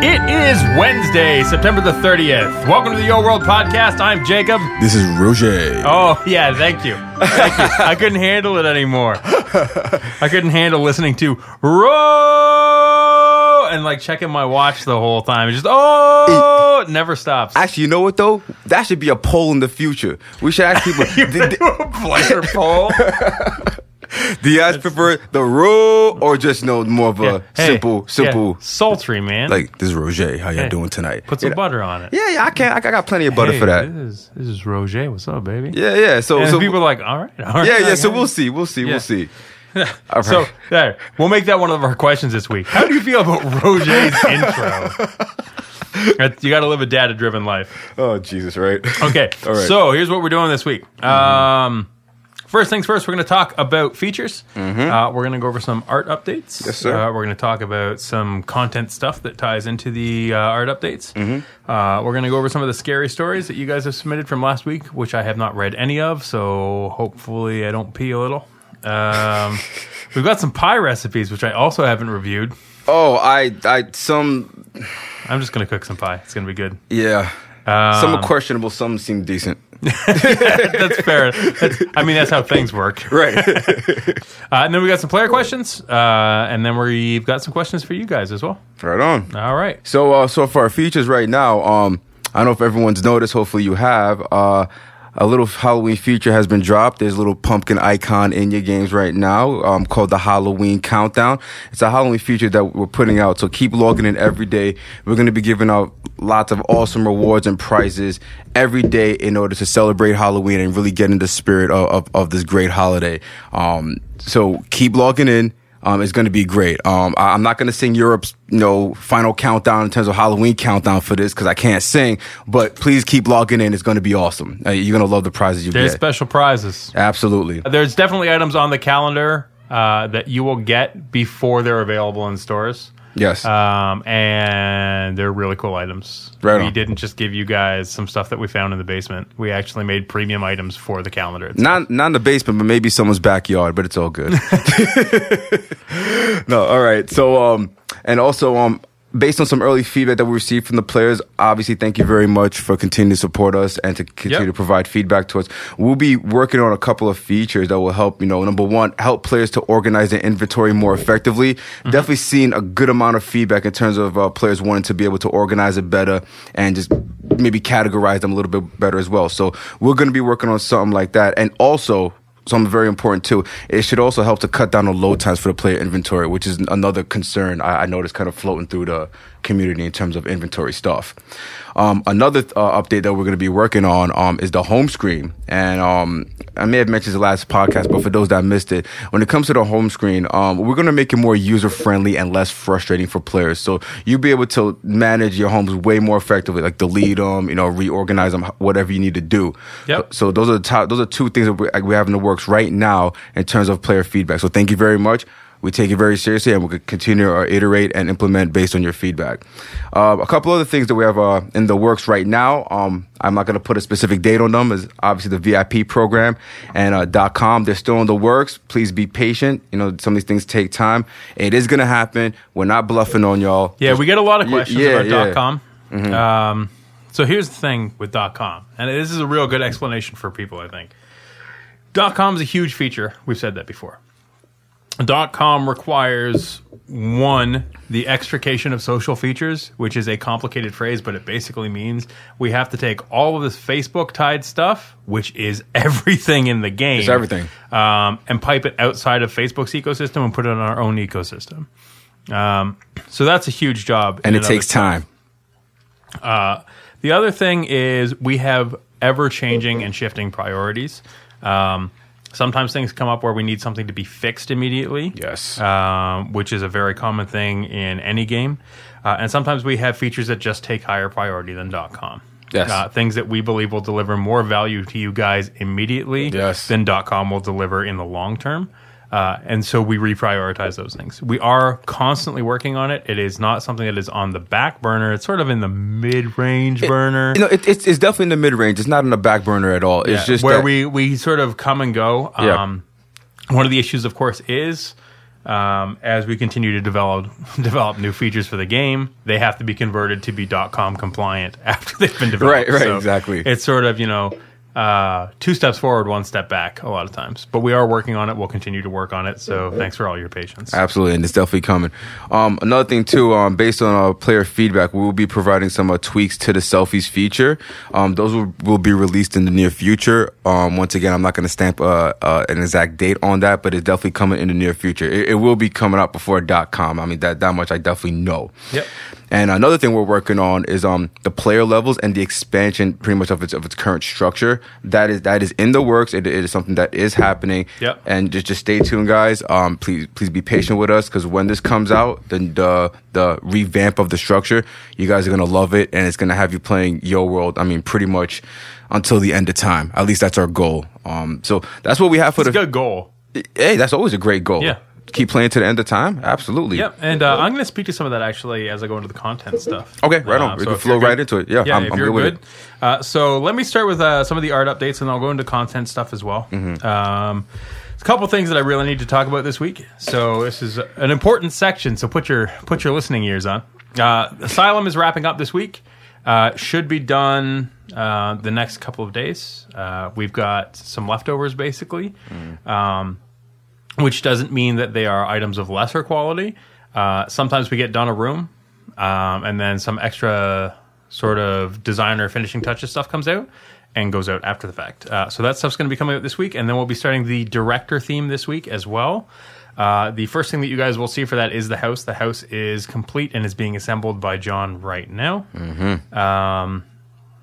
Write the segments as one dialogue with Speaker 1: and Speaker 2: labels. Speaker 1: It is Wednesday, September the 30th. Welcome to the Yo World Podcast. I'm Jacob.
Speaker 2: This is Roger.
Speaker 1: Oh, yeah, thank you. Thank you. I couldn't handle it anymore. I couldn't handle listening to Row and like checking my watch the whole time. It's just, oh, it never stops.
Speaker 3: Actually, you know what though? That should be a poll in the future. We should ask people: do, do-
Speaker 1: Player poll.
Speaker 3: do you guys prefer the roll or just no more of a
Speaker 1: Hey,
Speaker 3: simple,
Speaker 1: yeah,
Speaker 3: simple?
Speaker 1: sultry, man.
Speaker 2: Like this is Roger. How y'all
Speaker 1: Hey,
Speaker 2: doing tonight?
Speaker 1: Put some
Speaker 3: you know,
Speaker 1: butter on it.
Speaker 3: Yeah, yeah, I can. I got- I got plenty of butter
Speaker 1: Hey,
Speaker 3: for that.
Speaker 1: This is, this is Roger. What's up, baby?
Speaker 3: Yeah, yeah. So,
Speaker 1: And
Speaker 3: so
Speaker 1: people are like, all right, all right.
Speaker 3: yeah, yeah.
Speaker 1: I
Speaker 3: So
Speaker 1: guess.
Speaker 3: we'll see. We'll see.
Speaker 1: Yeah.
Speaker 3: We'll see. All
Speaker 1: So
Speaker 3: right.
Speaker 1: there, we'll make that one of our questions this week. How do you feel about Roger's intro? That- You got to live a data-driven life.
Speaker 3: oh Jesus, right?
Speaker 1: Okay,
Speaker 3: All right.
Speaker 1: so here's what we're doing this week. Um, first things first, we're going to talk about features. Uh, we're going to go over some art updates.
Speaker 3: Mm-hmm. Yes, sir.
Speaker 1: Uh, we're going to talk about some content stuff that ties into the uh, art updates.
Speaker 3: Mm-hmm.
Speaker 1: Uh, we're going to go over some of the scary stories that you guys have submitted from last week, which I have not read any of. So hopefully, I don't pee a little. Um, we've got some pie recipes, which I also haven't reviewed.
Speaker 3: Oh, I, I, some,
Speaker 1: I'm just going to cook some pie. It's going to be good.
Speaker 3: yeah. some
Speaker 1: Um.
Speaker 3: are questionable. Some seem decent.
Speaker 1: That's fair. That's, I mean, that's how things work.
Speaker 3: Right.
Speaker 1: Uh, and then we got some player questions, uh, and then we've got some questions for you guys as well.
Speaker 3: right on.
Speaker 1: All right.
Speaker 3: So uh, so for our features right now, um, I don't know if everyone's noticed. Hopefully you have. Uh, a little Halloween feature has been dropped. There's a little pumpkin icon in your games right now um, called the Halloween Countdown. It's a Halloween feature that we're putting out. So keep logging in every day. We're going to be giving out lots of awesome rewards and prizes every day in order to celebrate Halloween and really get in the spirit of, of, of this great holiday. Um, so keep logging in. Um, it's going to be great. Um, I, I'm not going to sing Europe's you know final countdown in terms of Halloween countdown for this because I can't sing. But please keep logging in. It's going to be awesome. Uh, you're going to love the prizes you
Speaker 1: There's
Speaker 3: get.
Speaker 1: special prizes. Uh,
Speaker 3: Absolutely.
Speaker 1: There's definitely items on the calendar uh, that you will get before they're available in stores.
Speaker 3: Yes.
Speaker 1: Um, and they're really cool items.
Speaker 3: Right
Speaker 1: we
Speaker 3: on.
Speaker 1: didn't just give you guys some stuff that we found in the basement. We actually made premium items for the calendar.
Speaker 3: Not not in the basement, but maybe someone's backyard. But it's all good. no, all right. So um, and also um, based on some early feedback that we received from the players, obviously thank you very much for continuing to support us and to continue
Speaker 1: Yep.
Speaker 3: to provide feedback to us. We'll be working on a couple of features that will help. You know, number one, help players to organize their inventory more effectively. Definitely seen a good amount of feedback in terms of uh, players wanting to be able to organize it better and just maybe categorize them a little bit better as well. So we're going to be working on something like that, and also something very important too. It should also help to cut down on load times for the player inventory, which is another concern I, I noticed kind of floating through the community in terms of inventory stuff. Um, another uh, update that we're going to be working on um, is the home screen, and um, I may have mentioned the last podcast, but for those that missed it, when it comes to the home screen, um, we're going to make it more user friendly and less frustrating for players. So you'll be able to manage your homes way more effectively, like delete them, you know, reorganize them, whatever you need to do.
Speaker 1: Yep.
Speaker 3: So those are the top, those are two things that we, we have in the works right now in terms of player feedback. So thank you very much. We take it very seriously, and we'll continue or iterate and implement based on your feedback. Uh, a couple other things that we have uh, in the works right now. Um, I'm not going to put a specific date on them. Is obviously the VIP program and uh, dot .com. They're still in the works. Please be patient. You know some of these things take time. It is going to happen. We're not bluffing on y'all.
Speaker 1: Yeah, we get a lot of
Speaker 3: Y-
Speaker 1: questions
Speaker 3: yeah, Mm-hmm.
Speaker 1: about dot
Speaker 3: yeah.
Speaker 1: com. Um, so here's the thing with dot com, and this is a real good explanation for people. I think dot com is a huge feature. We've said that before. Dot com requires one the extrication of social features, which is a complicated phrase, but it basically means we have to take all of this Facebook tied stuff, which is everything in the game,
Speaker 3: It's everything.
Speaker 1: um, and pipe it outside of Facebook's ecosystem and put it on our own ecosystem. Um, so that's a huge job,
Speaker 3: and
Speaker 1: in
Speaker 3: it
Speaker 1: of
Speaker 3: takes
Speaker 1: itself.
Speaker 3: time.
Speaker 1: The other thing is we have ever changing and shifting priorities. Um, sometimes things come up where we need something to be fixed immediately.
Speaker 3: Yes.
Speaker 1: Um, which is a very common thing in any game. Uh, and sometimes we have features that just take higher priority than .com.
Speaker 3: Yes.
Speaker 1: Uh, things that we believe will deliver more value to you guys immediately
Speaker 3: Yes.
Speaker 1: than .com will deliver in the long term. Uh, and so we reprioritize those things. We are constantly working on it. It is not something that is on the back burner. It's sort of in the mid-range burner.
Speaker 3: You know, it, it's, it's definitely in the mid range. It's not in the back burner at all. It's
Speaker 1: Yeah,
Speaker 3: just
Speaker 1: Uh, where
Speaker 3: that-
Speaker 1: we we sort of come and go.
Speaker 3: Yeah.
Speaker 1: Um, One of the issues, of course, is Um, as we continue to develop develop new features for the game, they have to be converted to be .com compliant after they've been developed.
Speaker 3: Right, right, exactly.
Speaker 1: It's sort of you know uh, two steps forward, one step back a lot of times. But we are working on it. We'll continue to work on it. So thanks for all your patience.
Speaker 3: Absolutely, and it's definitely coming. Um, another thing too, um, based on our player feedback, we will be providing some uh, tweaks to the selfies feature. Um, those will, will be released in the near future. Um, once again, I'm not going to stamp uh, uh, an exact date on that, but it's definitely coming in the near future. It, it will be coming out before dot .com. I mean, that that much I definitely know.
Speaker 1: Yep.
Speaker 3: And another thing we're working on is um the player levels and the expansion, pretty much of its of its current structure. That is that is in the works. It, it is something that is happening.
Speaker 1: Yep.
Speaker 3: And just just stay tuned, guys. Um, please please be patient with us because when this comes out, then the the revamp of the structure, you guys are gonna love it, and it's gonna have you playing Yo World. I mean, pretty much until the end of time. At least that's our goal. Um, so that's what we have for
Speaker 1: It's a
Speaker 3: the.
Speaker 1: good goal.
Speaker 3: Hey, that's always a great goal.
Speaker 1: Yeah.
Speaker 3: Keep playing to the end of time. Absolutely.
Speaker 1: Yep, and uh, I'm going to speak to some of that actually as I go into the content stuff. Uh,
Speaker 3: Okay, right on. We can
Speaker 1: if
Speaker 3: flow
Speaker 1: you're good-
Speaker 3: right into it. Yeah,
Speaker 1: yeah.
Speaker 3: I'm-
Speaker 1: if
Speaker 3: I'm
Speaker 1: you're
Speaker 3: good with
Speaker 1: good, Uh, so let me start with uh, some of the art updates, and I'll go into content stuff as well.
Speaker 3: Mm-hmm.
Speaker 1: Um, there's a couple things that I really need to talk about this week. So this is an important section. So put your put your listening ears on. Uh, Asylum is wrapping up this week. Uh, should be done uh, the next couple of days. Uh, we've got some leftovers basically which doesn't mean that they are items of lesser quality. Uh, sometimes we get done a room, um, and then some extra sort of designer finishing touches stuff comes out and goes out after the fact. Uh, so that stuff's going to be coming out this week, and then we'll be starting the director theme this week as well. Uh, the first thing that you guys will see for that is the house. The house is complete and is being assembled by John right now.
Speaker 3: Mm-hmm.
Speaker 1: Um,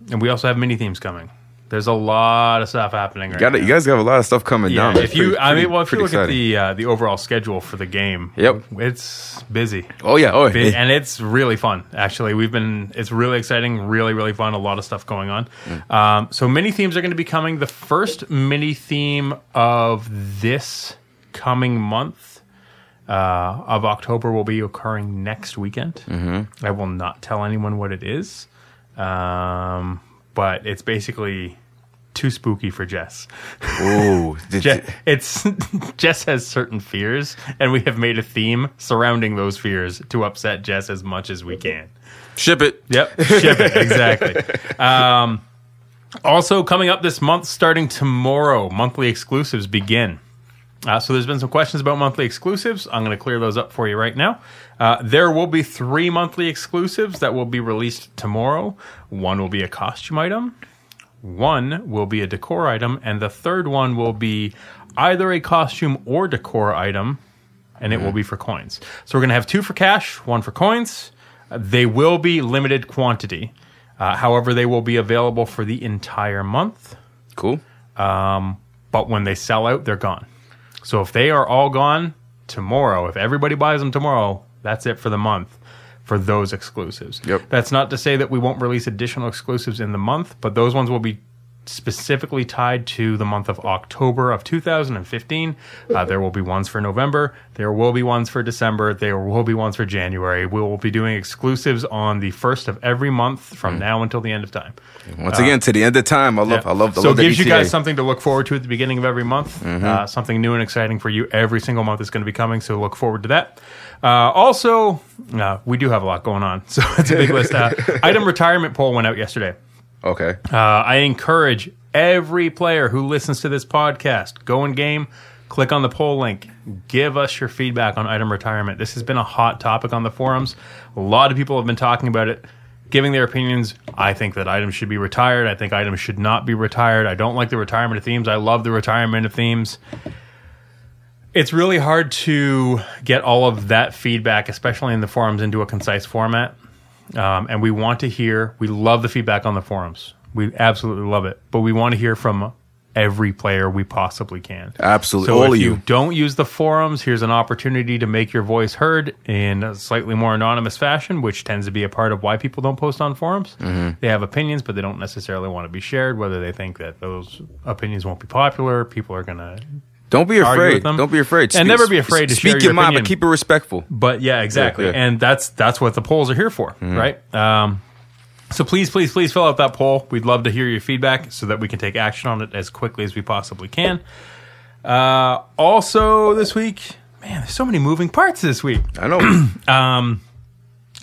Speaker 1: and we also have mini themes coming. There's a lot of stuff happening right
Speaker 3: Got
Speaker 1: now.
Speaker 3: it. You guys have a lot of stuff coming
Speaker 1: Yeah,
Speaker 3: down.
Speaker 1: Um, if you, I mean, well, if you
Speaker 3: pretty
Speaker 1: look at
Speaker 3: exciting.
Speaker 1: the uh, the overall schedule for the game,
Speaker 3: Yep.
Speaker 1: it's busy,
Speaker 3: oh yeah, oh
Speaker 1: Bu-
Speaker 3: yeah.
Speaker 1: and it's really fun. Actually, we've been, it's really exciting, really, really fun. A lot of stuff going on.
Speaker 3: Mm.
Speaker 1: Um, so mini themes are going to be coming. The first mini theme of this coming month uh, of October will be occurring next weekend.
Speaker 3: Mm-hmm.
Speaker 1: I will not tell anyone what it is, um, but it's basically too spooky for Jess.
Speaker 3: Ooh, did-
Speaker 1: Je- it's Jess has certain fears, and we have made a theme surrounding those fears to upset Jess as much as we can.
Speaker 3: ship it.
Speaker 1: Yep, ship it exactly. Um, also coming up this month, starting tomorrow, monthly exclusives begin. Uh, so there's been some questions about monthly exclusives. I'm going to clear those up for you right now. Uh, there will be three monthly exclusives that will be released tomorrow. One will be a costume item. One will be a decor item, and the third one will be either a costume or decor item, and it will be for coins. So we're going to have two for cash, one for coins. Uh, They will be limited quantity. Uh, however, they will be available for the entire month,
Speaker 3: Cool.
Speaker 1: but when they sell out, they're gone. So if they are all gone tomorrow, if everybody buys them tomorrow, that's it for the month for those exclusives.
Speaker 3: Yep.
Speaker 1: That's not to say that we won't release additional exclusives in the month, but those ones will be specifically tied to the month of October of 2015. Uh, there will be ones for November. There will be ones for December. There will be ones for January. We will be doing exclusives on the first of every month from now until the end of time.
Speaker 3: Once again, to the end of time. I love. I love. I
Speaker 1: Uh, So
Speaker 3: love
Speaker 1: it
Speaker 3: the E
Speaker 1: gives you
Speaker 3: ETA.
Speaker 1: guys something to look forward to at the beginning of every month.
Speaker 3: Mm-hmm.
Speaker 1: Uh, something new and exciting for you every single month is going to be coming. So look forward to that. Uh, also, uh, we do have a lot going on, so it's a big list. Uh, item retirement poll went out yesterday.
Speaker 3: Okay.
Speaker 1: Uh, I encourage every player who listens to this podcast go in game, click on the poll link, give us your feedback on item retirement. This has been a hot topic on the forums. A lot of people have been talking about it, giving their opinions. I think that items should be retired. I think items should not be retired. I don't like the retirement of themes. I love the retirement of themes. It's really hard to get all of that feedback, especially in the forums, into a concise format um, and we want to hear. We love the feedback on the forums. We absolutely love it, but we want to hear from every player we possibly can.
Speaker 3: Absolutely.
Speaker 1: So
Speaker 3: All
Speaker 1: if
Speaker 3: of
Speaker 1: you
Speaker 3: you.
Speaker 1: don't use the forums, here's an opportunity to make your voice heard in a slightly more anonymous fashion, which tends to be a part of why people don't post on forums.
Speaker 3: Mm-hmm.
Speaker 1: They have opinions, but they don't necessarily want to be shared. Whether they think that those opinions won't be popular, people are gonna.
Speaker 3: Don't be
Speaker 1: Argue
Speaker 3: afraid.
Speaker 1: with them.
Speaker 3: Don't be afraid.
Speaker 1: And never be afraid to
Speaker 3: speak
Speaker 1: share
Speaker 3: your,
Speaker 1: your
Speaker 3: mind,
Speaker 1: opinion.
Speaker 3: but keep it respectful.
Speaker 1: But yeah, exactly,
Speaker 3: yeah. Mm-hmm.
Speaker 1: and that's that's what the polls are here for, right? Um, So please, please, please fill out that poll. We'd love to hear your feedback so that we can take action on it as quickly as we possibly can. Uh, also, this week, man, there's so many moving parts this week.
Speaker 3: I know.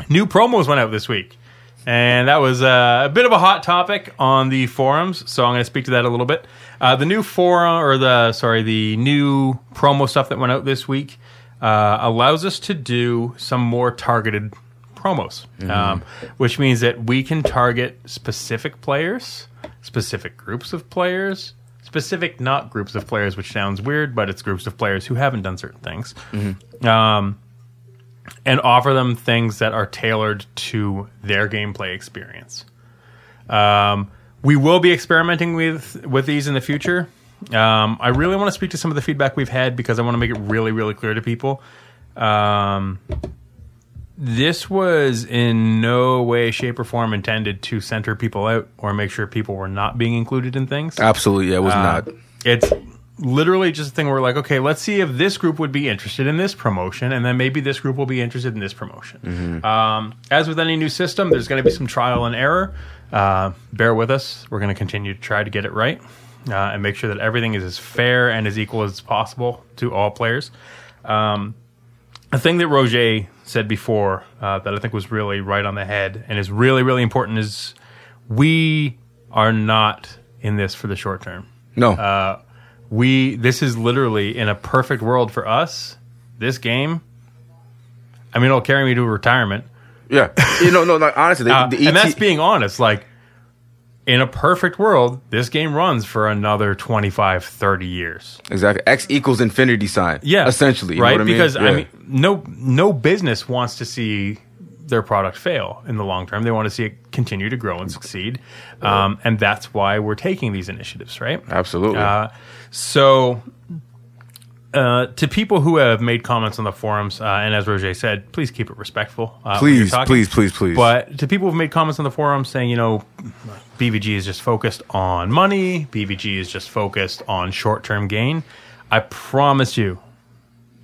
Speaker 1: New promos went out this week, and that was uh, a bit of a hot topic on the forums. So I'm going to speak to that a little bit. Uh, the new forum, or the sorry, the new promo stuff that went out this week uh, allows us to do some more targeted promos, um, which means that we can target specific players, specific groups of players, specific not groups of players, which sounds weird, but it's groups of players who haven't done certain things and offer them things that are tailored to their gameplay experience. Um, we will be experimenting with with these in the future. Um, I really want to speak to some of the feedback we've had because I want to make it really, really clear to people. Um, this was in no way, shape, or form intended to center people out or make sure people were not being included in things.
Speaker 3: Absolutely, yeah, it was
Speaker 1: Uh,
Speaker 3: not.
Speaker 1: It's literally just a thing where we're like, okay, let's see if this group would be interested in this promotion, and then maybe this group will be interested in this promotion. Um, as with any new system, there's going to be some trial and error. Uh, bear with us. We're going to continue to try to get it right uh, and make sure that everything is as fair and as equal as possible to all players. Um, a thing that Roger said before uh, that I think was really right on the head and is really, really important is we are not in this for the short term
Speaker 3: No,
Speaker 1: uh, we this is literally in a perfect world for us this game i mean it'll carry me to retirement
Speaker 3: yeah, you know, no, like honestly, they,
Speaker 1: Uh,
Speaker 3: the E ET,
Speaker 1: and that's being honest like in a perfect world this game runs for another 25 30 years
Speaker 3: exactly X equals infinity sign.
Speaker 1: yeah
Speaker 3: essentially, you
Speaker 1: right
Speaker 3: know what I mean?
Speaker 1: because
Speaker 3: Yeah.
Speaker 1: i mean no no business wants to see their product fail in the long term they want to see it continue to grow and succeed um, and that's why we're taking these initiatives right
Speaker 3: absolutely.
Speaker 1: uh, so, uh, to people who have made comments on the forums, uh, and as Roger said, please keep it respectful. Uh, when you're
Speaker 3: please,
Speaker 1: talking.
Speaker 3: please, please, please.
Speaker 1: But to people who've made comments on the forum saying, you know, BVG is just focused on money, BVG is just focused on short term gain, I promise you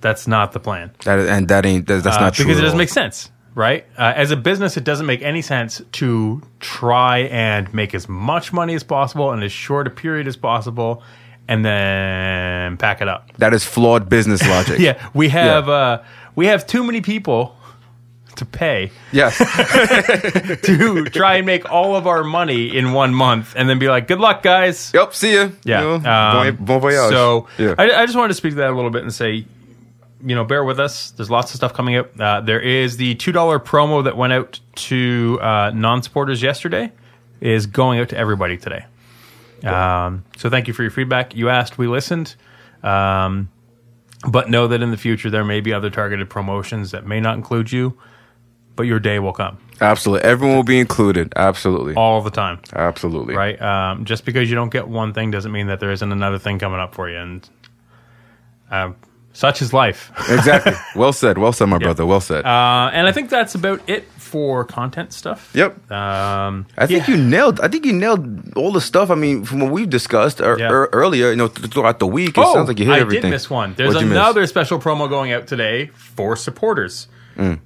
Speaker 1: that's not the plan
Speaker 3: that and that ain't that, that's not true
Speaker 1: uh, because
Speaker 3: at
Speaker 1: it doesn't
Speaker 3: all.
Speaker 1: make sense, right? Uh, as a business, it doesn't make any sense to try and make as much money as possible in as short a period as possible, and then pack it up.
Speaker 3: That is flawed business logic.
Speaker 1: Yeah, we have Uh, we have too many people to pay
Speaker 3: Yes.
Speaker 1: to try and make all of our money in one month, and then be like, "Good luck, guys."
Speaker 3: yep. See ya.
Speaker 1: Yeah.
Speaker 3: You know,
Speaker 1: um,
Speaker 3: bon, bon voyage.
Speaker 1: So
Speaker 3: yeah.
Speaker 1: I, I just wanted to speak to that a little bit and say, you know, bear with us. There's lots of stuff coming up. Uh, there is the two dollar promo that went out to uh, non-supporters yesterday is going out to everybody today. Um, so thank you for your feedback. You asked, we listened. Um, but know that in the future there may be other targeted promotions that may not include you, but your day will come
Speaker 3: Absolutely. Everyone will be included. Absolutely.
Speaker 1: all the time
Speaker 3: Absolutely.
Speaker 1: right? Um, just because you don't get one thing doesn't mean that there isn't another thing coming up for you, and um, such is life.
Speaker 3: Exactly. Well said. Well said, my brother. Well said.
Speaker 1: Uh, and I think that's about it for content stuff.
Speaker 3: yep.
Speaker 1: Um,
Speaker 3: I think you nailed. I think you nailed all the stuff. I mean, from what we've discussed er,
Speaker 1: Yeah. Oh,
Speaker 3: er- earlier, you know, th- throughout the week, it sounds like you hit
Speaker 1: I
Speaker 3: everything.
Speaker 1: did miss one. There's
Speaker 3: What'd you miss?
Speaker 1: another special promo going out today for supporters.
Speaker 3: Mm.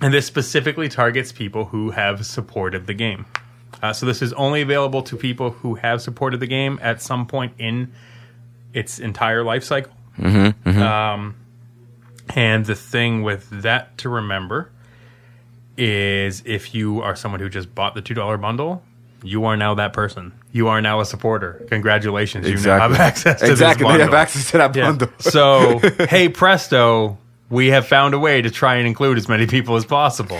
Speaker 1: And this specifically targets people who have supported the game. Uh, so this is only available to people who have supported the game at some point in its entire life cycle.
Speaker 3: Mm-hmm,
Speaker 1: Um, and the thing with that to remember is if you are someone who just bought the $2 bundle, you are now that person. You are now a supporter. Congratulations. You now have access to
Speaker 3: exactly.
Speaker 1: this
Speaker 3: They
Speaker 1: bundle.
Speaker 3: have access to that
Speaker 1: Yeah.
Speaker 3: bundle.
Speaker 1: so, hey presto, we have found a way to try and include as many people as possible.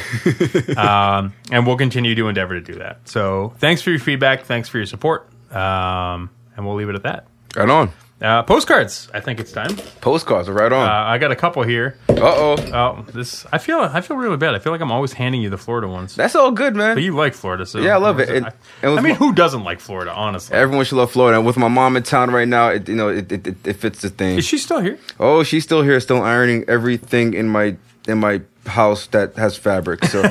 Speaker 1: um, and we'll continue to endeavor to do that. So, thanks for your feedback. Thanks for your support. Um, and we'll leave it at that.
Speaker 3: Right on.
Speaker 1: Uh, postcards. I think it's time.
Speaker 3: Postcards. are Right
Speaker 1: Uh,
Speaker 3: on.
Speaker 1: I got a couple here.
Speaker 3: Uh oh.
Speaker 1: Oh, this I feel. I feel really bad. I feel like I'm always handing you the Florida ones.
Speaker 3: That's all good, man.
Speaker 1: But you like Florida, so
Speaker 3: Yeah, I love it.
Speaker 1: I,
Speaker 3: And- and with
Speaker 1: I mean,
Speaker 3: my-
Speaker 1: who doesn't like Florida? Honestly,
Speaker 3: Everyone should love Florida. And with my mom in town right now, it, you know, it, it, it, it fits the thing.
Speaker 1: is she still here?
Speaker 3: Oh, she's still here, still ironing everything in my in my house that has fabric. So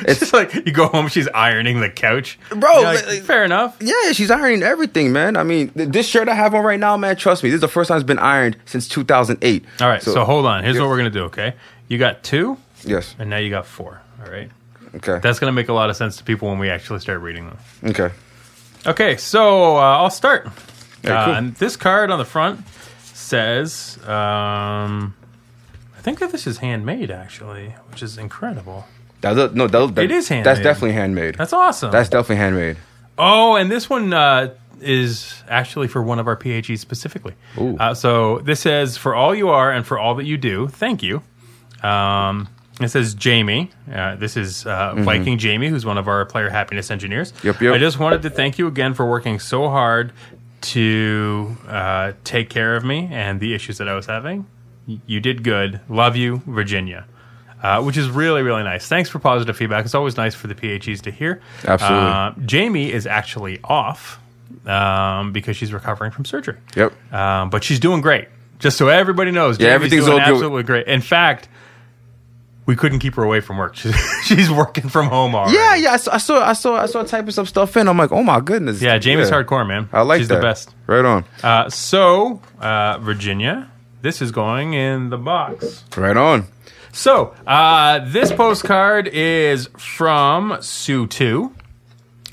Speaker 1: It's just like you go home, she's ironing the couch,
Speaker 3: Bro,
Speaker 1: You're like,
Speaker 3: like-
Speaker 1: fair enough.
Speaker 3: yeah, she's ironing everything, man. I mean, th- this shirt I have on right now, man. Trust me, this is the first time it's been ironed since 2008.
Speaker 1: All right, so, hold on. Here's
Speaker 3: Yeah.
Speaker 1: what we're gonna do. Okay, you got two,
Speaker 3: Yes.
Speaker 1: and now you got four. All right,
Speaker 3: Okay.
Speaker 1: that's gonna make a lot of sense to people when we actually start reading them.
Speaker 3: okay.
Speaker 1: Okay, so uh, I'll start.
Speaker 3: cool.
Speaker 1: Uh, and this card on the front says, um, I think that this is handmade actually, which is incredible.
Speaker 3: That's a, no, that, that,
Speaker 1: It is
Speaker 3: That's
Speaker 1: handmade.
Speaker 3: definitely handmade.
Speaker 1: That's awesome.
Speaker 3: That's definitely handmade.
Speaker 1: Oh, and this one uh, is actually for one of our PHEs specifically.
Speaker 3: Ooh.
Speaker 1: Uh, so this says, "For all you are and for all that you do, thank you." Um, it says Jamie. Uh, this is uh, Viking Jamie, who's one of our player happiness engineers.
Speaker 3: Yep, yep.
Speaker 1: I just wanted to thank you again for working so hard to uh, take care of me and the issues that I was having. Y- You did good. Love you, Virginia. Uh, which is really, really nice. Thanks for positive feedback. It's always nice for the PHEs to hear.
Speaker 3: Absolutely.
Speaker 1: Uh, Jamie is actually off um, because she's recovering from surgery.
Speaker 3: Yep.
Speaker 1: Um, but she's doing great. Just so everybody knows,
Speaker 3: Yeah,
Speaker 1: Jamie's
Speaker 3: everything's
Speaker 1: doing
Speaker 3: all good.
Speaker 1: absolutely great. In fact, we couldn't keep her away from work. She's, she's working from home already.
Speaker 3: Yeah, yeah. I saw, I saw, I saw, I saw typing some stuff in. I'm like, oh my goodness.
Speaker 1: yeah. Jamie's hardcore, man.
Speaker 3: I like
Speaker 1: she's
Speaker 3: that.
Speaker 1: the best.
Speaker 3: Right on.
Speaker 1: Uh, so, uh, Virginia, this is going in the box.
Speaker 3: Right on.
Speaker 1: So, uh, this postcard is from Sue 2.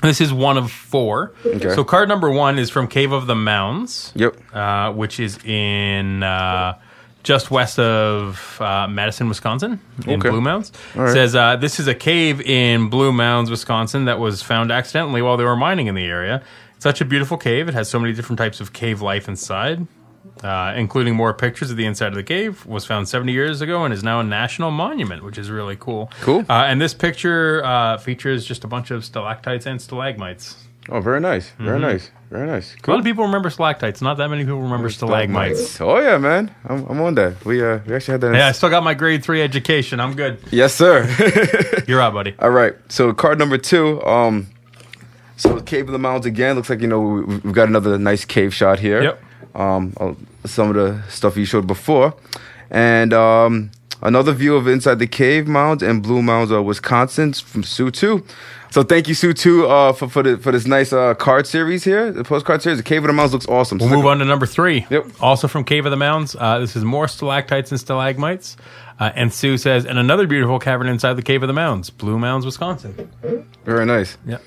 Speaker 1: This is one of four.
Speaker 3: Okay.
Speaker 1: So, card number one is from Cave of the Mounds,
Speaker 3: Yep.
Speaker 1: uh, which is in uh, just west of uh, Madison, Wisconsin, in
Speaker 3: Okay.
Speaker 1: Blue Mounds.
Speaker 3: right.
Speaker 1: Says uh, this is a cave in Blue Mounds, Wisconsin, that was found accidentally while they were mining in the area. Such a beautiful cave. It has so many different types of cave life inside uh, including more pictures of the inside of the cave, was found 70 years ago and is now a national monument, which is really cool.
Speaker 3: Cool.
Speaker 1: Uh, and this picture uh, features just a bunch of stalactites and stalagmites.
Speaker 3: Oh, very nice.
Speaker 1: Mm-hmm.
Speaker 3: Very nice. Very nice.
Speaker 1: A lot of people remember stalactites. Not that many people remember stalagmites.
Speaker 3: Oh yeah, man. I'm, I'm on that. We uh, we actually had that. in-
Speaker 1: Yeah, I still got my grade three education. I'm good.
Speaker 3: Yes, sir.
Speaker 1: You're out, buddy.
Speaker 3: All right. So card number two. Um, so cave of the mountains again. Looks like you know we, we've got another nice cave shot here.
Speaker 1: Yep.
Speaker 3: Um, uh, some of the stuff you showed before, and um, another view of inside the cave mounds and blue mounds of Wisconsin from Sue Two. So thank you Sue Two uh, for for, the, for this nice uh, card series here. The postcard series. The cave of the mounds looks awesome.
Speaker 1: We'll move on to number three.
Speaker 3: Yep.
Speaker 1: Also from Cave of the Mounds. Uh, this is more stalactites and stalagmites. Uh, and Sue says, and another beautiful cavern inside the Cave of the Mounds, Blue Mounds, Wisconsin.
Speaker 3: Very nice.
Speaker 1: Yep.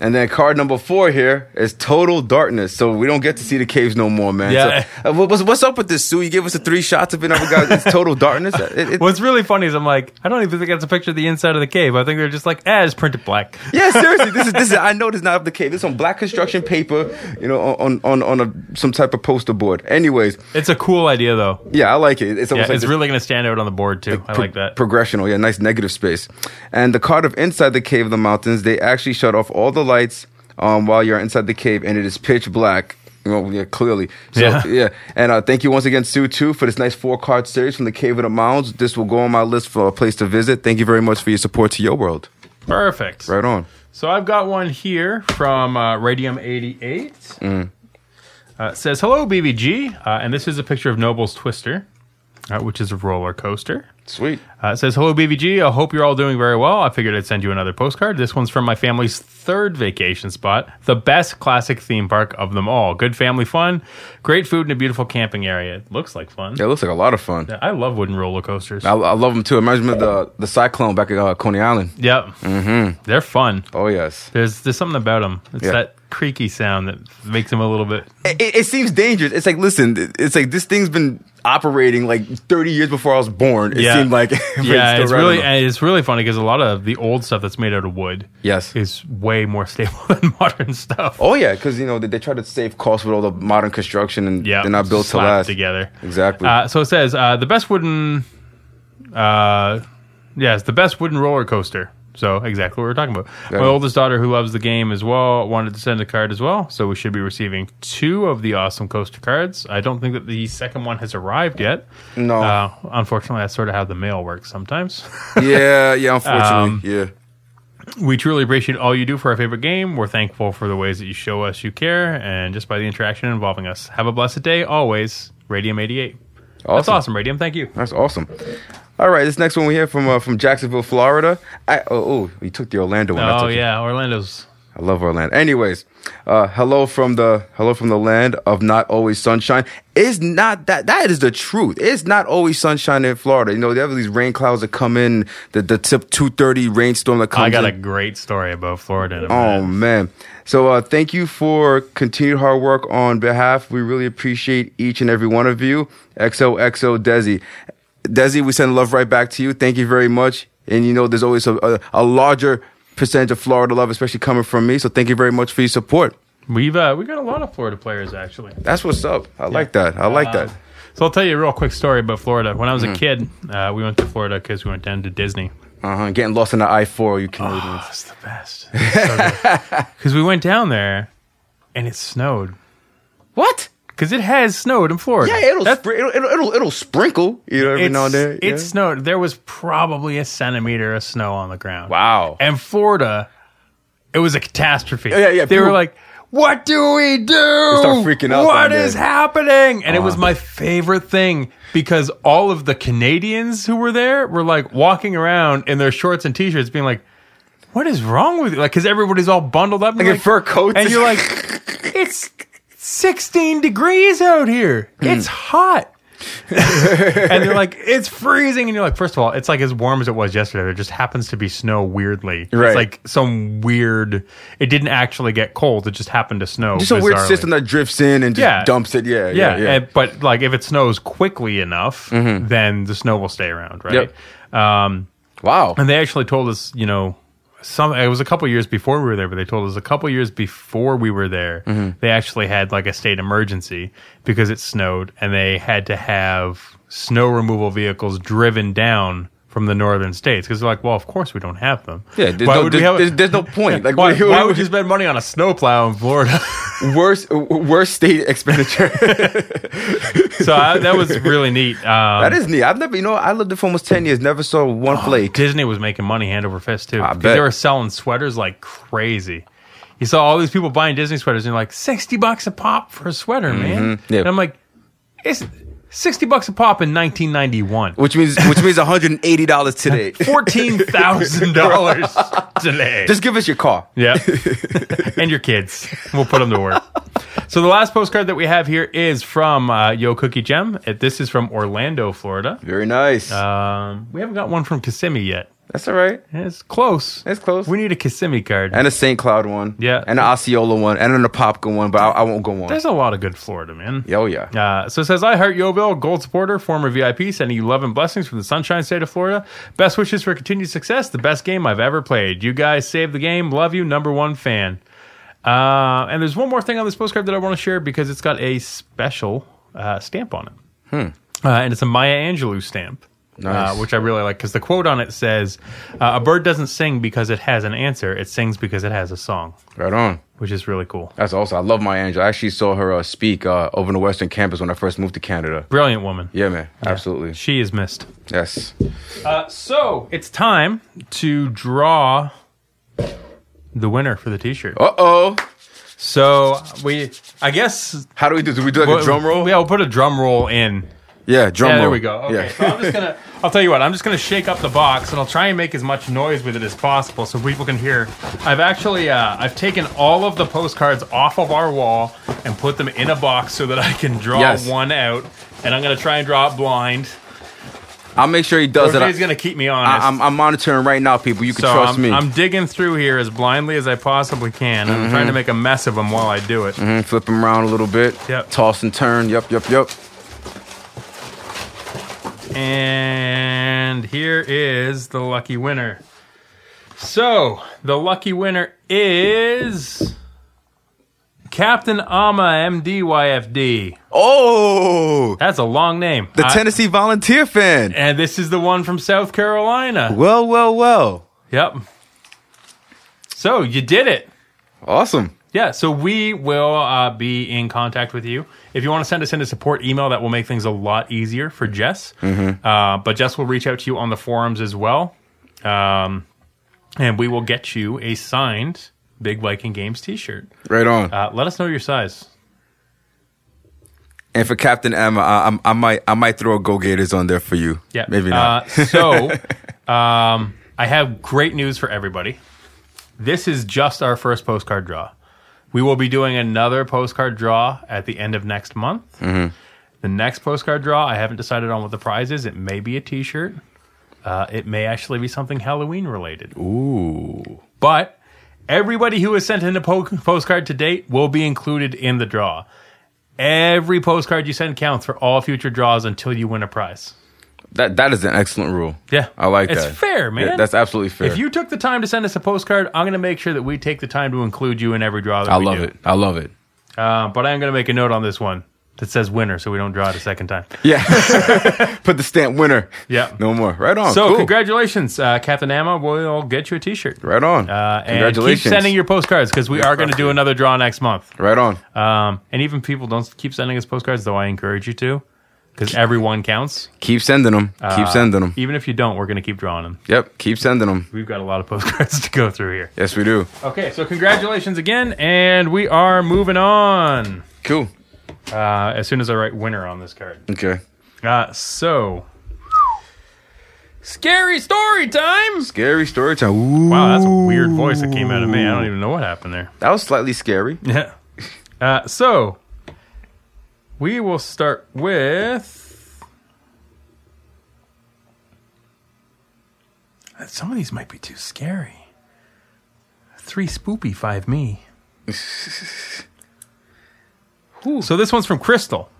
Speaker 3: And then card number four here is total darkness. So we don't get to see the caves no more, man.
Speaker 1: Yeah.
Speaker 3: So, uh, what- what's, what's up with this, Sue? You gave us the three shots of it, now we got it's total darkness. It- it-
Speaker 1: What's really funny is I'm like, I don't even think that's a picture of the inside of the cave. I think they're just like, ah, it's printed black.
Speaker 3: yeah, seriously, this is this is. I know this is not of the cave. This is on black construction paper, you know, on on on a some type of poster board. Anyways,
Speaker 1: It's a cool idea though.
Speaker 3: yeah, I like it. It's
Speaker 1: Yeah,
Speaker 3: almost like
Speaker 1: it's
Speaker 3: this-
Speaker 1: really going to stand out on the board too. I
Speaker 3: pro-
Speaker 1: like that.
Speaker 3: Progressional, yeah, nice negative space. And the card of inside the cave of the mountains, they actually shut off all the lights um, while you're inside the cave, and it is pitch black. Well, yeah, clearly. So,
Speaker 1: Yeah.
Speaker 3: yeah. And uh, thank you once again, Sue, too, for this nice four card series from the Cave of the Mounds. This will go on my list for a place to visit. Thank you very much for your support to your world.
Speaker 1: Perfect.
Speaker 3: Right on.
Speaker 1: So I've got one here from uh, Radium 88. Uh, it says, hello, BBG. Uh, and this is a picture of Noble's Twister, uh, which is a roller coaster.
Speaker 3: Sweet.
Speaker 1: Uh, it says, Hello, BBG. I hope you're all doing very well. I figured I'd send you another postcard. This one's from my family's third vacation spot, the best classic theme park of them all. Good family fun, great food, and a beautiful camping area. It looks like fun.
Speaker 3: Yeah, it looks like a lot of fun.
Speaker 1: I love wooden roller coasters.
Speaker 3: I, I love them, too. Imagine the, the cyclone back at uh, Coney Island.
Speaker 1: Yep. Mm-hmm. They're fun.
Speaker 3: Oh, yes.
Speaker 1: There's there's something about them. It's
Speaker 3: Yeah.
Speaker 1: that creaky sound that makes them a little bit.
Speaker 3: it, it- it seems dangerous. It's like, listen, it's like this thing's been operating like 30 years before I was born. It
Speaker 1: Yeah.
Speaker 3: seemed like
Speaker 1: yeah,
Speaker 3: still
Speaker 1: it's
Speaker 3: running
Speaker 1: really
Speaker 3: them.
Speaker 1: and it's really funny because a lot of the old stuff that's made out of wood
Speaker 3: Yes.
Speaker 1: is way more stable than modern stuff.
Speaker 3: Oh yeah, because you know they, they try to save costs with all the modern construction and
Speaker 1: Yeah,
Speaker 3: they're not built to
Speaker 1: slapped
Speaker 3: last.
Speaker 1: together.
Speaker 3: Exactly.
Speaker 1: Uh, so it says uh, the best wooden, uh, yes, the best wooden roller coaster. So exactly what we're talking about. My
Speaker 3: it.
Speaker 1: oldest daughter, who loves the game as well, wanted to send a card as well. So we should be receiving two of the awesome coaster cards. I don't think that the second one has arrived yet.
Speaker 3: No.
Speaker 1: Uh, unfortunately, that's sort of how the mail works sometimes.
Speaker 3: yeah, yeah. Unfortunately,
Speaker 1: Um,
Speaker 3: yeah.
Speaker 1: we truly appreciate all you do for our favorite game. We're thankful for the ways that you show us you care, and just by the interaction involving us. Have a blessed day, always. Radium eighty eight. That's awesome, Radium. Thank you.
Speaker 3: That's awesome. All right, this next one we hear from uh, from Jacksonville, Florida. I, oh, oh, you took the Orlando one. I
Speaker 1: Oh
Speaker 3: took it.
Speaker 1: yeah, Orlando's
Speaker 3: I love our land. Anyways, uh, hello from the hello from the land of not always sunshine. It's not that that is the truth. It's not always sunshine in Florida. You know, they have these rain clouds that come in, the the tip two thirty rainstorm that comes.
Speaker 1: I got a
Speaker 3: in.
Speaker 1: great story about Florida. In a
Speaker 3: Oh
Speaker 1: minute.
Speaker 3: man! So uh, thank you for continued hard work on behalf. We really appreciate each and every one of you. XOXO Desi, Desi, we send love right back to you. Thank you very much. And you know, there's always a, a, a larger percentage of Florida love, especially coming from me. So thank you very much for your support.
Speaker 1: we've uh, we got a lot of Florida players actually. Uh,
Speaker 3: That's what's up. I like that. I like that. Mm.
Speaker 1: So I'll tell you a real quick story about Florida. When I was a kid, uh, we went to Florida because we went down to Disney.
Speaker 3: Uh-huh. Getting lost in the I four, you Canadians.
Speaker 1: Oh, it's the best. Because we went down there and it snowed.
Speaker 3: what?
Speaker 1: Because it has snowed in Florida.
Speaker 3: Yeah, it'll,
Speaker 1: That's-
Speaker 3: spr- it'll it'll it'll it'll sprinkle. You know, every
Speaker 1: it's,
Speaker 3: now and then.
Speaker 1: It
Speaker 3: yeah.
Speaker 1: snowed. There was probably a centimeter of snow on the ground.
Speaker 3: Wow.
Speaker 1: And Florida, it was a catastrophe.
Speaker 3: yeah, yeah,
Speaker 1: They were
Speaker 3: people-
Speaker 1: like, what do we do?
Speaker 3: start freaking out
Speaker 1: What
Speaker 3: down there.
Speaker 1: is happening? And it was my favorite thing because all of the Canadians who were there were like walking around in their shorts and t-shirts being like, what is wrong with you? Like, because everybody's all bundled up. and
Speaker 3: Like
Speaker 1: you're
Speaker 3: in fur coats.
Speaker 1: And you're like, it's 16 degrees out here. It's
Speaker 3: Hmm.
Speaker 1: hot. and they're like, it's freezing. And you're like, first of all, it's like as warm as it was yesterday. There just happens to be snow weirdly.
Speaker 3: Right.
Speaker 1: It's like some weird, it didn't actually get cold. It just happened to snow.
Speaker 3: Just a weird
Speaker 1: bizarrely.
Speaker 3: system that drifts in and just
Speaker 1: Yeah.
Speaker 3: dumps it.
Speaker 1: Yeah.
Speaker 3: Yeah, yeah, yeah. Mm-hmm.
Speaker 1: and- but like if it snows quickly enough, then the snow will stay around. Right. Um,
Speaker 3: wow.
Speaker 1: and they actually told us, you know, some it was a couple years before we were there, but they told us a couple years before we were there,
Speaker 3: Mm-hmm.
Speaker 1: they actually had like a state emergency because it snowed, and they had to have snow removal vehicles driven down from the northern states because they're like, well, of course we don't have them.
Speaker 3: Yeah, there's
Speaker 1: Why
Speaker 3: no-
Speaker 1: would we
Speaker 3: there's-
Speaker 1: have-
Speaker 3: there's- there's no point. Like,
Speaker 1: why,
Speaker 3: we-
Speaker 1: why would you spend money on a snowplow in Florida?
Speaker 3: Worst worst state expenditure.
Speaker 1: so I, that was really neat. Um,
Speaker 3: that is neat. I've never, you know, I lived there for almost ten years. Never saw one
Speaker 1: Oh.
Speaker 3: flake.
Speaker 1: Disney was making money hand over fist too.
Speaker 3: I
Speaker 1: Because
Speaker 3: bet.
Speaker 1: They were selling sweaters like crazy. You saw all these people buying Disney sweaters and you're like sixty bucks a pop for a sweater, man.
Speaker 3: Yeah.
Speaker 1: And I'm like, it's sixty bucks a pop in nineteen ninety one.
Speaker 3: Which means which means one hundred and eighty dollars today.
Speaker 1: Fourteen thousand dollars today.
Speaker 3: Just give us your car.
Speaker 1: Yeah. and your kids. We'll put them to work. So the last postcard that we have here is from uh, Yo Cookie Gem. Uh, This is from Orlando, Florida.
Speaker 3: Very nice.
Speaker 1: Um, we haven't got one from Kissimmee yet.
Speaker 3: That's all right.
Speaker 1: It's close.
Speaker 3: It's close.
Speaker 1: We need a Kissimmee card.
Speaker 3: And a St. Cloud one.
Speaker 1: Yeah.
Speaker 3: And an Osceola one. And an Apopka one. But I, I won't go on.
Speaker 1: There's a lot of good Florida, man.
Speaker 3: Yeah, oh yeah.
Speaker 1: Uh, so it says, I heart Yoville, gold supporter, former VIP, sending you love and blessings from the sunshine state of Florida. Best wishes for continued success. The best game I've ever played. You guys saved the game. Love you. Number one fan. Uh, and there's one more thing on this postcard that I want to share because it's got a special uh, stamp on it. Uh, and it's a Maya Angelou stamp,
Speaker 3: Hmm.
Speaker 1: uh,
Speaker 3: Nice.
Speaker 1: which I really like because the quote on it says, uh, A bird doesn't sing because it has an answer, it sings because it has a song,
Speaker 3: Right on.
Speaker 1: which is really cool.
Speaker 3: That's also. I love my Angela. I actually saw her uh, speak uh, over in the Western Campus when I first moved to Canada.
Speaker 1: Brilliant woman.
Speaker 3: Yeah, man. Absolutely.
Speaker 1: She is missed.
Speaker 3: Yes.
Speaker 1: Uh, So it's time to draw the winner for the T-shirt.
Speaker 3: Uh oh.
Speaker 1: So we, I guess,
Speaker 3: How do we do? Do we do like a drum roll?
Speaker 1: Yeah, we'll put a drum roll in.
Speaker 3: Yeah, drum
Speaker 1: yeah,
Speaker 3: roll.
Speaker 1: there we go. Okay, so I'm just gonna. I'll tell you what. I'm just gonna shake up the box, and I'll try and make as much noise with it as possible, so people can hear. I've actually, uh, I've taken all of the postcards off of our wall and put them in a box so that I can draw
Speaker 3: Yes.
Speaker 1: one out, and I'm gonna try and draw it blind.
Speaker 3: I'll make sure he does it. I,
Speaker 1: He's gonna keep me honest.
Speaker 3: I, am I'm monitoring right now, people. You can
Speaker 1: So
Speaker 3: trust
Speaker 1: I'm,
Speaker 3: me.
Speaker 1: I'm digging through here as blindly as I possibly can. I'm
Speaker 3: Mm-hmm.
Speaker 1: trying to make a mess of them while I do it.
Speaker 3: And Mm-hmm. flip him around a little bit.
Speaker 1: Yep.
Speaker 3: Toss and turn. Yep, yep, yep.
Speaker 1: And here is the lucky winner. So the lucky winner is Captain Ama MDYFD.
Speaker 3: Oh,
Speaker 1: That's a long name.
Speaker 3: the
Speaker 1: I-
Speaker 3: Tennessee Volunteer fan.
Speaker 1: and this is the one from South Carolina.
Speaker 3: Well, well, well.
Speaker 1: Yep. So you did it.
Speaker 3: Awesome.
Speaker 1: Yeah, so we will uh, be in contact with you. If you want to send us in a support email, that will make things a lot easier for Jess. Uh, but Jess will reach out to you on the forums as well. Um, and we will get you a signed Big Viking Games t shirt.
Speaker 3: Right on.
Speaker 1: Uh, let us know your size.
Speaker 3: and for Captain Emma, I, I'm- I might I might throw a Go Gators on there for you.
Speaker 1: Yeah.
Speaker 3: Maybe not.
Speaker 1: Uh, so um, I have great news for everybody. This is just our first postcard draw. We will be doing another postcard draw at the end of next month.
Speaker 3: Mm-hmm.
Speaker 1: The next postcard draw, I haven't decided on what the prize is. It may be a t shirt, uh, it may actually be something Halloween related.
Speaker 2: Ooh.
Speaker 1: But everybody who has sent in a po- postcard to date will be included in the draw. Every postcard you send counts for all future draws until you win a prize.
Speaker 3: That that is an excellent rule.
Speaker 1: Yeah.
Speaker 3: I like
Speaker 1: It's
Speaker 3: that.
Speaker 1: fair, man.
Speaker 3: Yeah, that's absolutely fair.
Speaker 1: If you took the time to send us a postcard, I'm going to make sure that we take the time to include you in every draw that
Speaker 3: I
Speaker 1: we
Speaker 3: love
Speaker 1: do.
Speaker 3: it. I love it.
Speaker 1: Uh, but I'm going to make a note on this one that says winner so we don't draw it a second time.
Speaker 3: Yeah. Put the stamp winner.
Speaker 1: Yeah.
Speaker 3: No more. Right on.
Speaker 1: So,
Speaker 3: Oh, cool.
Speaker 1: congratulations, uh, Captain Amma. We'll get you a t shirt.
Speaker 3: Right on.
Speaker 1: Uh, and keep
Speaker 3: Congratulations.
Speaker 1: sending your postcards because we are going to do another draw next month.
Speaker 3: right on.
Speaker 1: Um, and even people don't keep sending us postcards, though I encourage you to, because everyone counts.
Speaker 3: Keep sending them.
Speaker 1: Uh,
Speaker 3: keep sending them.
Speaker 1: Even if you don't, we're going to keep drawing them.
Speaker 3: Yep. Keep sending them.
Speaker 1: We've got a lot of postcards to go through here.
Speaker 3: Yes, we do.
Speaker 1: Okay, so congratulations again, and we are moving on.
Speaker 3: Cool.
Speaker 1: Uh, as soon as I write winner on this card.
Speaker 3: Okay.
Speaker 1: Uh, so, scary story time.
Speaker 3: Scary story time. Ooh.
Speaker 1: Wow, that's a weird voice that came out of me. I don't even know what happened there.
Speaker 3: That was slightly scary.
Speaker 1: Yeah. Uh, so we will start with. Some of these might be too scary. Three spoopy, five me. so this one's from Crystal.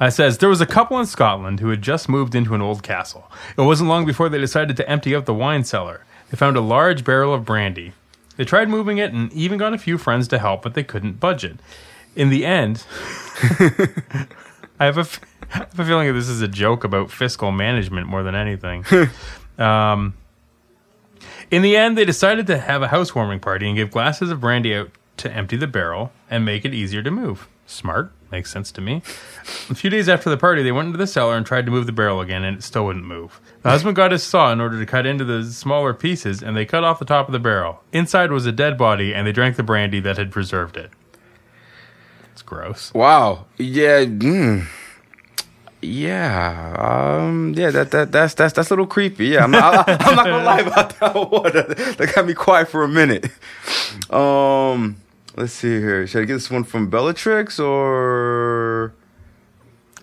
Speaker 1: Uh, It says there was a couple in Scotland who had just moved into an old castle. It wasn't long before they decided to empty out the wine cellar. They found a large barrel of brandy. They tried moving it and even got a few friends to help, but they couldn't budge it. In the end, I have a, f- I have a feeling that this is a joke about fiscal management more than anything. um, in the end, they decided to have a housewarming party and give glasses of brandy out to empty the barrel and make it easier to move. Smart. Makes sense to me. A few days after the party, they went into the cellar and tried to move the barrel again, and it still wouldn't move. The husband got his saw in order to cut into the smaller pieces, and they cut off the top of the barrel. Inside was a dead body, and they drank the brandy that had preserved it. It's gross.
Speaker 3: Wow. Yeah. Mm. Yeah. Um. Yeah. That. That. That's. That's. That's a little creepy. Yeah. I'm not. I, am not gonna lie about that one. That got me quiet for a minute. Um. Let's see here. Should I get this one from Bellatrix or?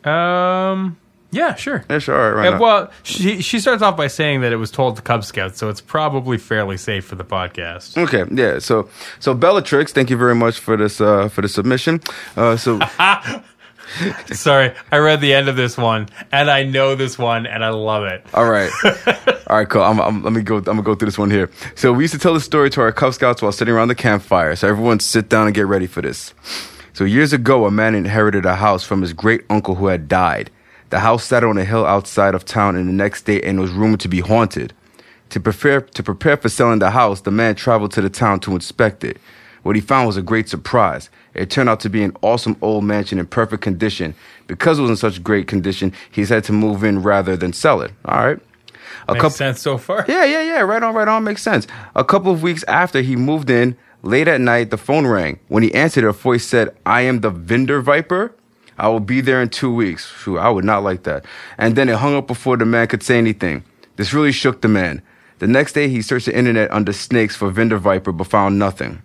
Speaker 1: Um. Yeah, sure.
Speaker 3: Yeah, sure. All right. Right.
Speaker 1: Uh,
Speaker 3: now.
Speaker 1: well, she she starts off by saying that it was told to Cub Scouts, so it's probably fairly safe for the podcast.
Speaker 3: Okay, yeah. So, so Bellatrix, thank you very much for this uh, for the submission. Uh, so,
Speaker 1: Sorry, I read the end of this one, and I know this one, and I love it.
Speaker 3: all right, all right, cool. I'm, I'm, let me go. I'm gonna go through this one here. So, we used to tell this story to our Cub Scouts while sitting around the campfire. So, everyone sit down and get ready for this. So, years ago, a man inherited a house from his great uncle who had died. The house sat on a hill outside of town, and the next day, and was rumored to be haunted. To prepare to prepare for selling the house, the man traveled to the town to inspect it. What he found was a great surprise. It turned out to be an awesome old mansion in perfect condition. Because it was in such great condition, he decided to move in rather than sell it. All right. A
Speaker 1: Makes
Speaker 3: coup-
Speaker 1: sense so far.
Speaker 3: yeah, yeah, yeah. Right on, right on. Makes sense. A couple of weeks after he moved in, late at night, the phone rang. When he answered, a voice said, I am the vendor viper. I will be there in two weeks. Phew, I would not like that. And then it hung up before the man could say anything. This really shook the man. The next day, he searched the internet under snakes for vendor viper, but found nothing.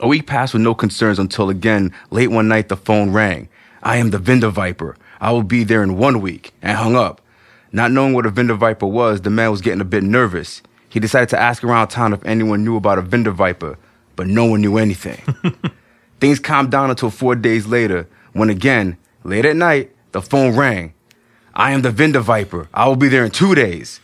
Speaker 3: A week passed with no concerns until again, late one night, the phone rang. I am the vendor viper. I will be there in one week, and hung up. Not knowing what a vendor viper was, the man was getting a bit nervous. He decided to ask around town if anyone knew about a vendor viper, but no one knew anything. Things calmed down until four days later, when again, late at night, the phone rang. I am the vendor viper. I will be there in two days.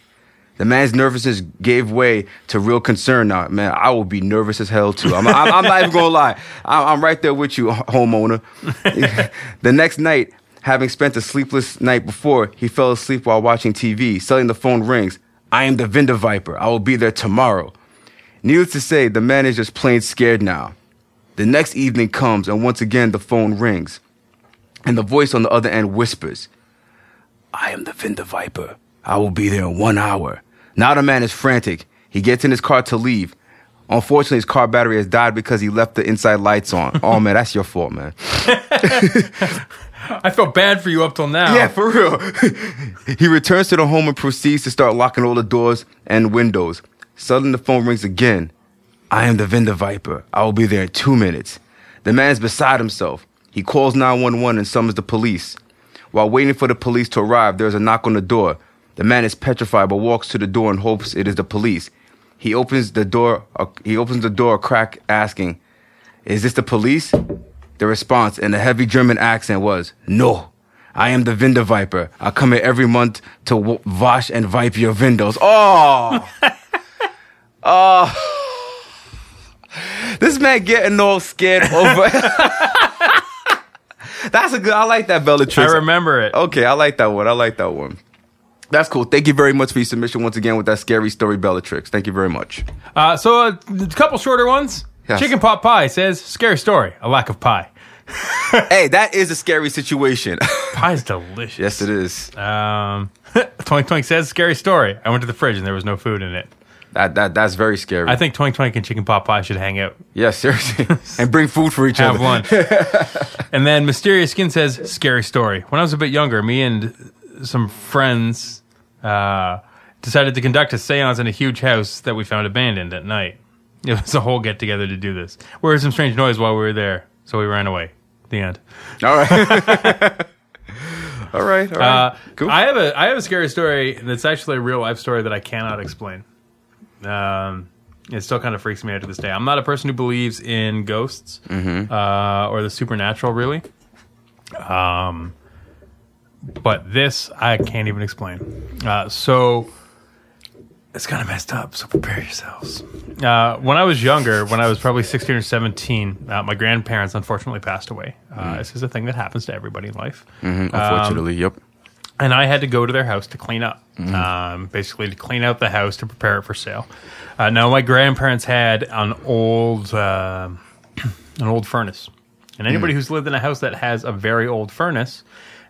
Speaker 3: The man's nervousness gave way to real concern now. Man, I will be nervous as hell too. I'm, I'm, I'm not even gonna lie. I'm, I'm right there with you, h- homeowner. the next night, having spent a sleepless night before, he fell asleep while watching TV. Suddenly, the phone rings. I am the vendor viper. I will be there tomorrow. Needless to say, the man is just plain scared now. The next evening comes, and once again, the phone rings, and the voice on the other end whispers. I am the Vendor Viper. I will be there in one hour. Now the man is frantic. He gets in his car to leave. Unfortunately, his car battery has died because he left the inside lights on. Oh man, that's your fault, man.
Speaker 1: I felt bad for you up till now.
Speaker 3: Yeah, for real. he returns to the home and proceeds to start locking all the doors and windows. Suddenly, the phone rings again. I am the vendor viper. I will be there in two minutes. The man's beside himself. He calls 911 and summons the police. While waiting for the police to arrive, there is a knock on the door. The man is petrified but walks to the door and hopes it is the police. He opens the door. uh, he opens the door a crack, asking, "Is this the police?" The response in a heavy German accent was, "No, I am the Window Viper. I come here every month to w- wash and wipe your windows." Oh, oh, this man getting all scared over. That's a good. I like that
Speaker 1: I
Speaker 3: Bellatrix.
Speaker 1: remember it.
Speaker 3: Okay, I like that one. I like that one. That's cool. Thank you very much for your submission once again with that scary story, Bellatrix. Thank you very much.
Speaker 1: Uh, so a couple shorter ones.
Speaker 3: Yes.
Speaker 1: Chicken pot pie says scary story. A lack of pie.
Speaker 3: Hey, that is a scary situation.
Speaker 1: Pie's delicious.
Speaker 3: yes, it is.
Speaker 1: Um, Twink Twink says scary story. I went to the fridge and there was no food in it.
Speaker 3: That that that's very scary.
Speaker 1: I think Twink Twink and Chicken Pot Pie should hang out,
Speaker 3: yeah, seriously. and bring food for each
Speaker 1: have
Speaker 3: other.
Speaker 1: lunch. and then Mysterious Skin says scary story. When I was a bit younger, me and some friends uh, decided to conduct a séance in a huge house that we found abandoned at night. It was a whole get together to do this. We heard some strange noise while we were there, so we ran away. The end.
Speaker 3: All right. all right. All right.
Speaker 1: Uh,
Speaker 3: cool.
Speaker 1: I have a I have a scary story, and it's actually a real life story that I cannot explain. Um, it still kind of freaks me out to this day. I'm not a person who believes in ghosts
Speaker 3: Mm-hmm.
Speaker 1: uh, or the supernatural, really. Um, but this I can't even explain. Uh, so it's kind of messed up. So prepare yourselves. Uh, when I was younger, when I was probably 16 or 17, uh, my grandparents unfortunately passed away. Uh,
Speaker 3: Hmm.
Speaker 1: This is a thing that happens to everybody in life
Speaker 3: Unfortunately,
Speaker 1: um,
Speaker 3: yep.
Speaker 1: and I had to go to their house to clean up, um, basically to clean out the house to prepare it for sale. Uh, now, my grandparents had an old uh, an old furnace, and anybody who's lived in a house that has a very old furnace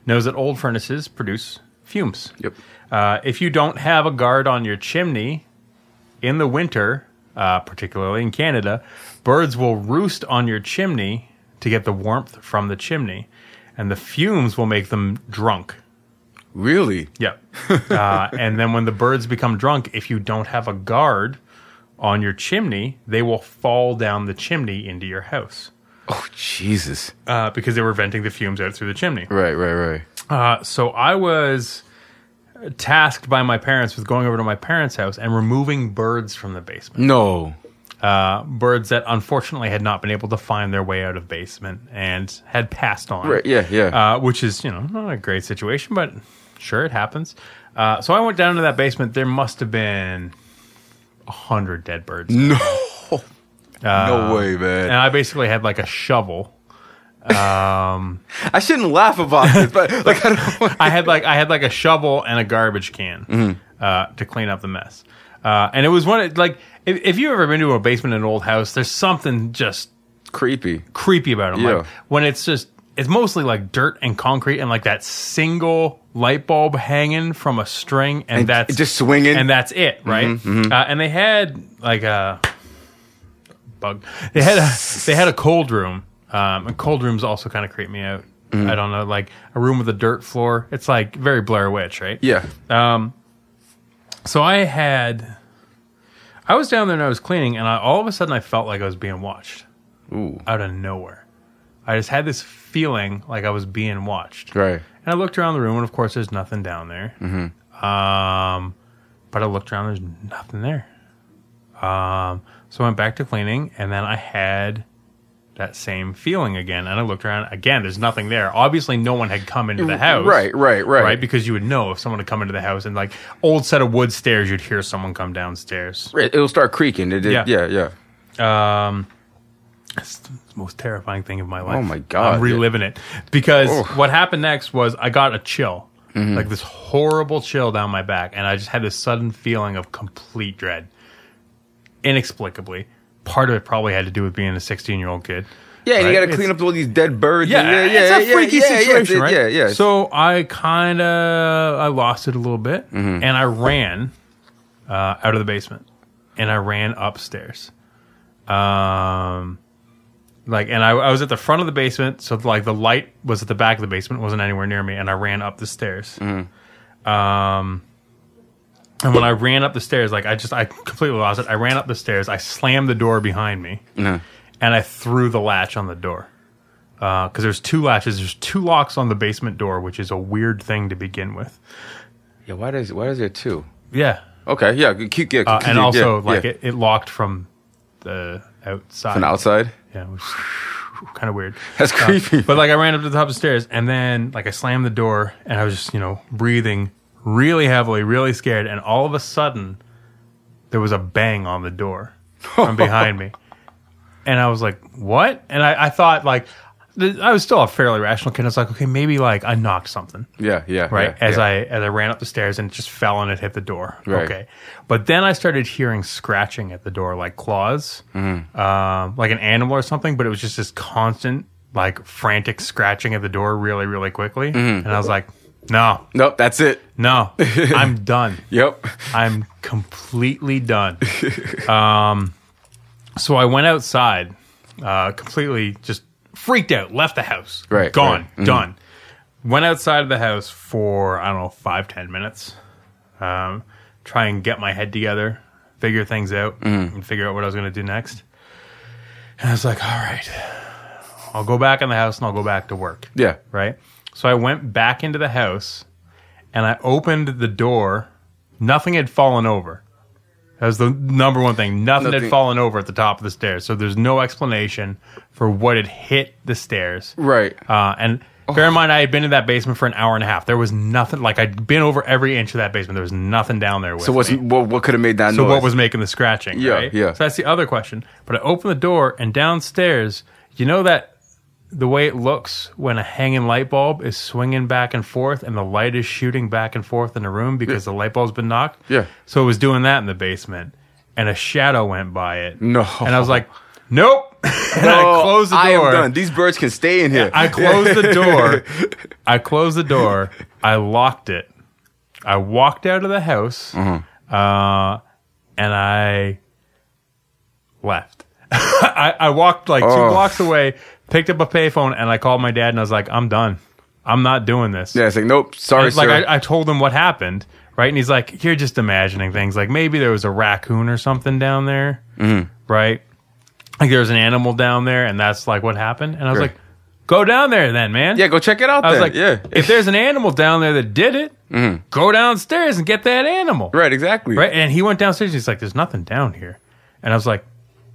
Speaker 1: knows that old furnaces produce fumes.
Speaker 3: Yep.
Speaker 1: Uh, if you don't have a guard on your chimney in the winter, uh, particularly in Canada, birds will roost on your chimney to get the warmth from the chimney, and the fumes will make them drunk.
Speaker 3: Really?
Speaker 1: Yeah. uh, and then when the birds become drunk, if you don't have a guard on your chimney, they will fall down the chimney into your house
Speaker 3: Oh, Jesus.
Speaker 1: uh, because they were venting the fumes out through the chimney.
Speaker 3: Right, right, right.
Speaker 1: Uh, so I was tasked by my parents with going over to my parents' house and removing birds from the basement.
Speaker 3: No.
Speaker 1: Uh, birds that unfortunately had not been able to find their way out of basement and had passed on.
Speaker 3: Right, yeah, yeah.
Speaker 1: uh, which is you know not a great situation, but sure it happens. Uh, so I went down to that basement. There must have been a hundred dead birds,
Speaker 3: no.
Speaker 1: uh,
Speaker 3: no way, man.
Speaker 1: and I basically had like a shovel.
Speaker 3: I shouldn't laugh about this, but like I don't
Speaker 1: I had like I had like a shovel and a garbage can
Speaker 3: Mm-hmm.
Speaker 1: uh, to clean up the mess. Uh, and it was one of, like if, if you've ever been to a basement in an old house, there's something just
Speaker 3: creepy.
Speaker 1: creepy about it.
Speaker 3: Yeah.
Speaker 1: Like when it's just it's mostly like dirt and concrete and like that single light bulb hanging from a string and, that's
Speaker 3: just swinging.
Speaker 1: and that's it, right?
Speaker 3: Mm-hmm,
Speaker 1: Uh, and they had like a bug. They had a they had a cold room. Um, and cold rooms also kind of creep me out.
Speaker 3: Mm-hmm.
Speaker 1: I don't know, like a room with a dirt floor. It's like very Blair Witch, right?
Speaker 3: Yeah.
Speaker 1: So I had, I was down there and I was cleaning, and I, all of a sudden I felt like I was being watched.
Speaker 3: Ooh.
Speaker 1: Out of nowhere, I just had this feeling like I was being watched.
Speaker 3: Right.
Speaker 1: And I looked around the room, and of course, there's nothing down there.
Speaker 3: Mm-hmm.
Speaker 1: Um, but I looked around, there's nothing there. Um, so I went back to cleaning, and then I had that same feeling again. And I looked around again, there's nothing there. Obviously, no one had come into the house.
Speaker 3: Right, right, right.
Speaker 1: Right, because you would know if someone had come into the house and like old set of wood stairs, you'd hear someone come downstairs.
Speaker 3: It- It'll start creaking. It, it-
Speaker 1: Yeah.
Speaker 3: yeah. yeah, yeah.
Speaker 1: It's the most terrifying thing of my life.
Speaker 3: Oh my God.
Speaker 1: I'm reliving it because
Speaker 3: Oh.
Speaker 1: what happened next was I got a chill,
Speaker 3: Mm-hmm.
Speaker 1: like this horrible chill down my back, and I just had this sudden feeling of complete dread, inexplicably. Part of it probably had to do with being a 16 year old kid.
Speaker 3: and you
Speaker 1: Right?
Speaker 3: got to clean up all these dead birds.
Speaker 1: Yeah,
Speaker 3: and- yeah, yeah,
Speaker 1: it's a
Speaker 3: yeah,
Speaker 1: freaky
Speaker 3: yeah, yeah,
Speaker 1: situation,
Speaker 3: yeah,
Speaker 1: right?
Speaker 3: Yeah, yeah.
Speaker 1: So I kind of I lost it a little bit,
Speaker 3: Mm-hmm.
Speaker 1: and I ran uh, out of the basement, and I ran upstairs. Um, like, and I, I was at the front of the basement, so like the light was at the back of
Speaker 3: Mm-hmm.
Speaker 1: the basement, wasn't anywhere near me, and I ran up the stairs. Um, And when I ran up the stairs, like I just, I completely lost it. I ran up the stairs. I slammed the door behind me, and I threw the latch on the door because there's two latches. There's two locks on the basement door, which is a weird thing to begin with.
Speaker 3: Yeah, why does why does there two?
Speaker 1: Yeah,
Speaker 3: Okay, yeah, c- keep, yeah,
Speaker 1: uh,
Speaker 3: keep-
Speaker 1: and
Speaker 3: yeah,
Speaker 1: also
Speaker 3: yeah,
Speaker 1: like
Speaker 3: yeah.
Speaker 1: It, it locked from the outside.
Speaker 3: From the outside.
Speaker 1: Yeah, it was kind of weird. Uh,
Speaker 3: That's creepy.
Speaker 1: But like I ran up to the top of the stairs and then like I slammed the door and I was just, you know, breathing really heavily, really scared, and all of a sudden there was a bang on the door from behind me. And I was like, What? And I, I thought like th- I was still a fairly rational kid. I was like, okay, maybe like I knocked something
Speaker 3: yeah, yeah,
Speaker 1: right?
Speaker 3: yeah,
Speaker 1: as
Speaker 3: yeah.
Speaker 1: I as I ran up the stairs and it just fell and it hit the door.
Speaker 3: Right.
Speaker 1: Okay, but then I started hearing scratching at the door, like claws,
Speaker 3: Mm-hmm.
Speaker 1: um, like an animal or something. But it was just this constant, like frantic scratching at the door, really, really quickly.
Speaker 3: Mm-hmm.
Speaker 1: And I was like, no,
Speaker 3: nope, that's it.
Speaker 1: no, I'm done.
Speaker 3: Yep.
Speaker 1: I'm completely done. um, so I went outside, uh, completely just freaked out, left the house,
Speaker 3: Right,
Speaker 1: gone,
Speaker 3: right. Mm-hmm.
Speaker 1: done. Went outside of the house for I don't know five ten minutes, um, try and get my head together, figure things out,
Speaker 3: Mm-hmm.
Speaker 1: and figure out what I was going to do next. And I was like, all right, I'll go back in the house and I'll go back to work
Speaker 3: Yeah.
Speaker 1: right? So I went back into the house and I opened the door. Nothing had fallen over. That was the number one thing. Nothing, had
Speaker 3: Nothing-
Speaker 1: fallen over at the top of the stairs. So there's no explanation for what had hit the stairs.
Speaker 3: Right.
Speaker 1: Uh, and bear in mind, I had been in that basement for an hour and a half. There was nothing, like, I'd been over every inch of that basement. There was nothing down there. With
Speaker 3: So what's
Speaker 1: me.
Speaker 3: what, what could have made that
Speaker 1: So
Speaker 3: noise?
Speaker 1: what was making the scratching?
Speaker 3: Yeah,
Speaker 1: right?
Speaker 3: yeah.
Speaker 1: So that's the other question. But I open the door and downstairs, you know that the way it looks when a hanging light bulb is swinging back and forth and the light is shooting back and forth in the room because the light bulb's been knocked.
Speaker 3: Yeah.
Speaker 1: So it was doing that in the basement, and a shadow went by it.
Speaker 3: No.
Speaker 1: And I was like, nope. and I
Speaker 3: Oh,
Speaker 1: closed the door.
Speaker 3: I am done. These birds can stay in here.
Speaker 1: I closed the door. I closed the door. I locked it. I walked out of the house,
Speaker 3: Mm-hmm.
Speaker 1: uh, and I left. I, I walked like two
Speaker 3: Oh.
Speaker 1: blocks away, picked up a payphone, and I called my dad, and I was like, "I'm done. I'm not doing this."
Speaker 3: yeah, it's like nope. Sorry,
Speaker 1: It's like
Speaker 3: sir.
Speaker 1: I, I told him what happened, right? And he's like, "You're just imagining things. Like maybe there was a raccoon or something down there,
Speaker 3: Mm-hmm.
Speaker 1: right? Like there was an animal down there, and that's like what happened." And I was
Speaker 3: Right.
Speaker 1: like, "Go down there, then, man."
Speaker 3: yeah, go check it out.
Speaker 1: I was
Speaker 3: then.
Speaker 1: like,
Speaker 3: yeah, Mm-hmm.
Speaker 1: if there's an animal down there that did it, go downstairs and get that animal."
Speaker 3: right, exactly.
Speaker 1: Right? And he went downstairs and he's like, There's nothing down here. And I was like,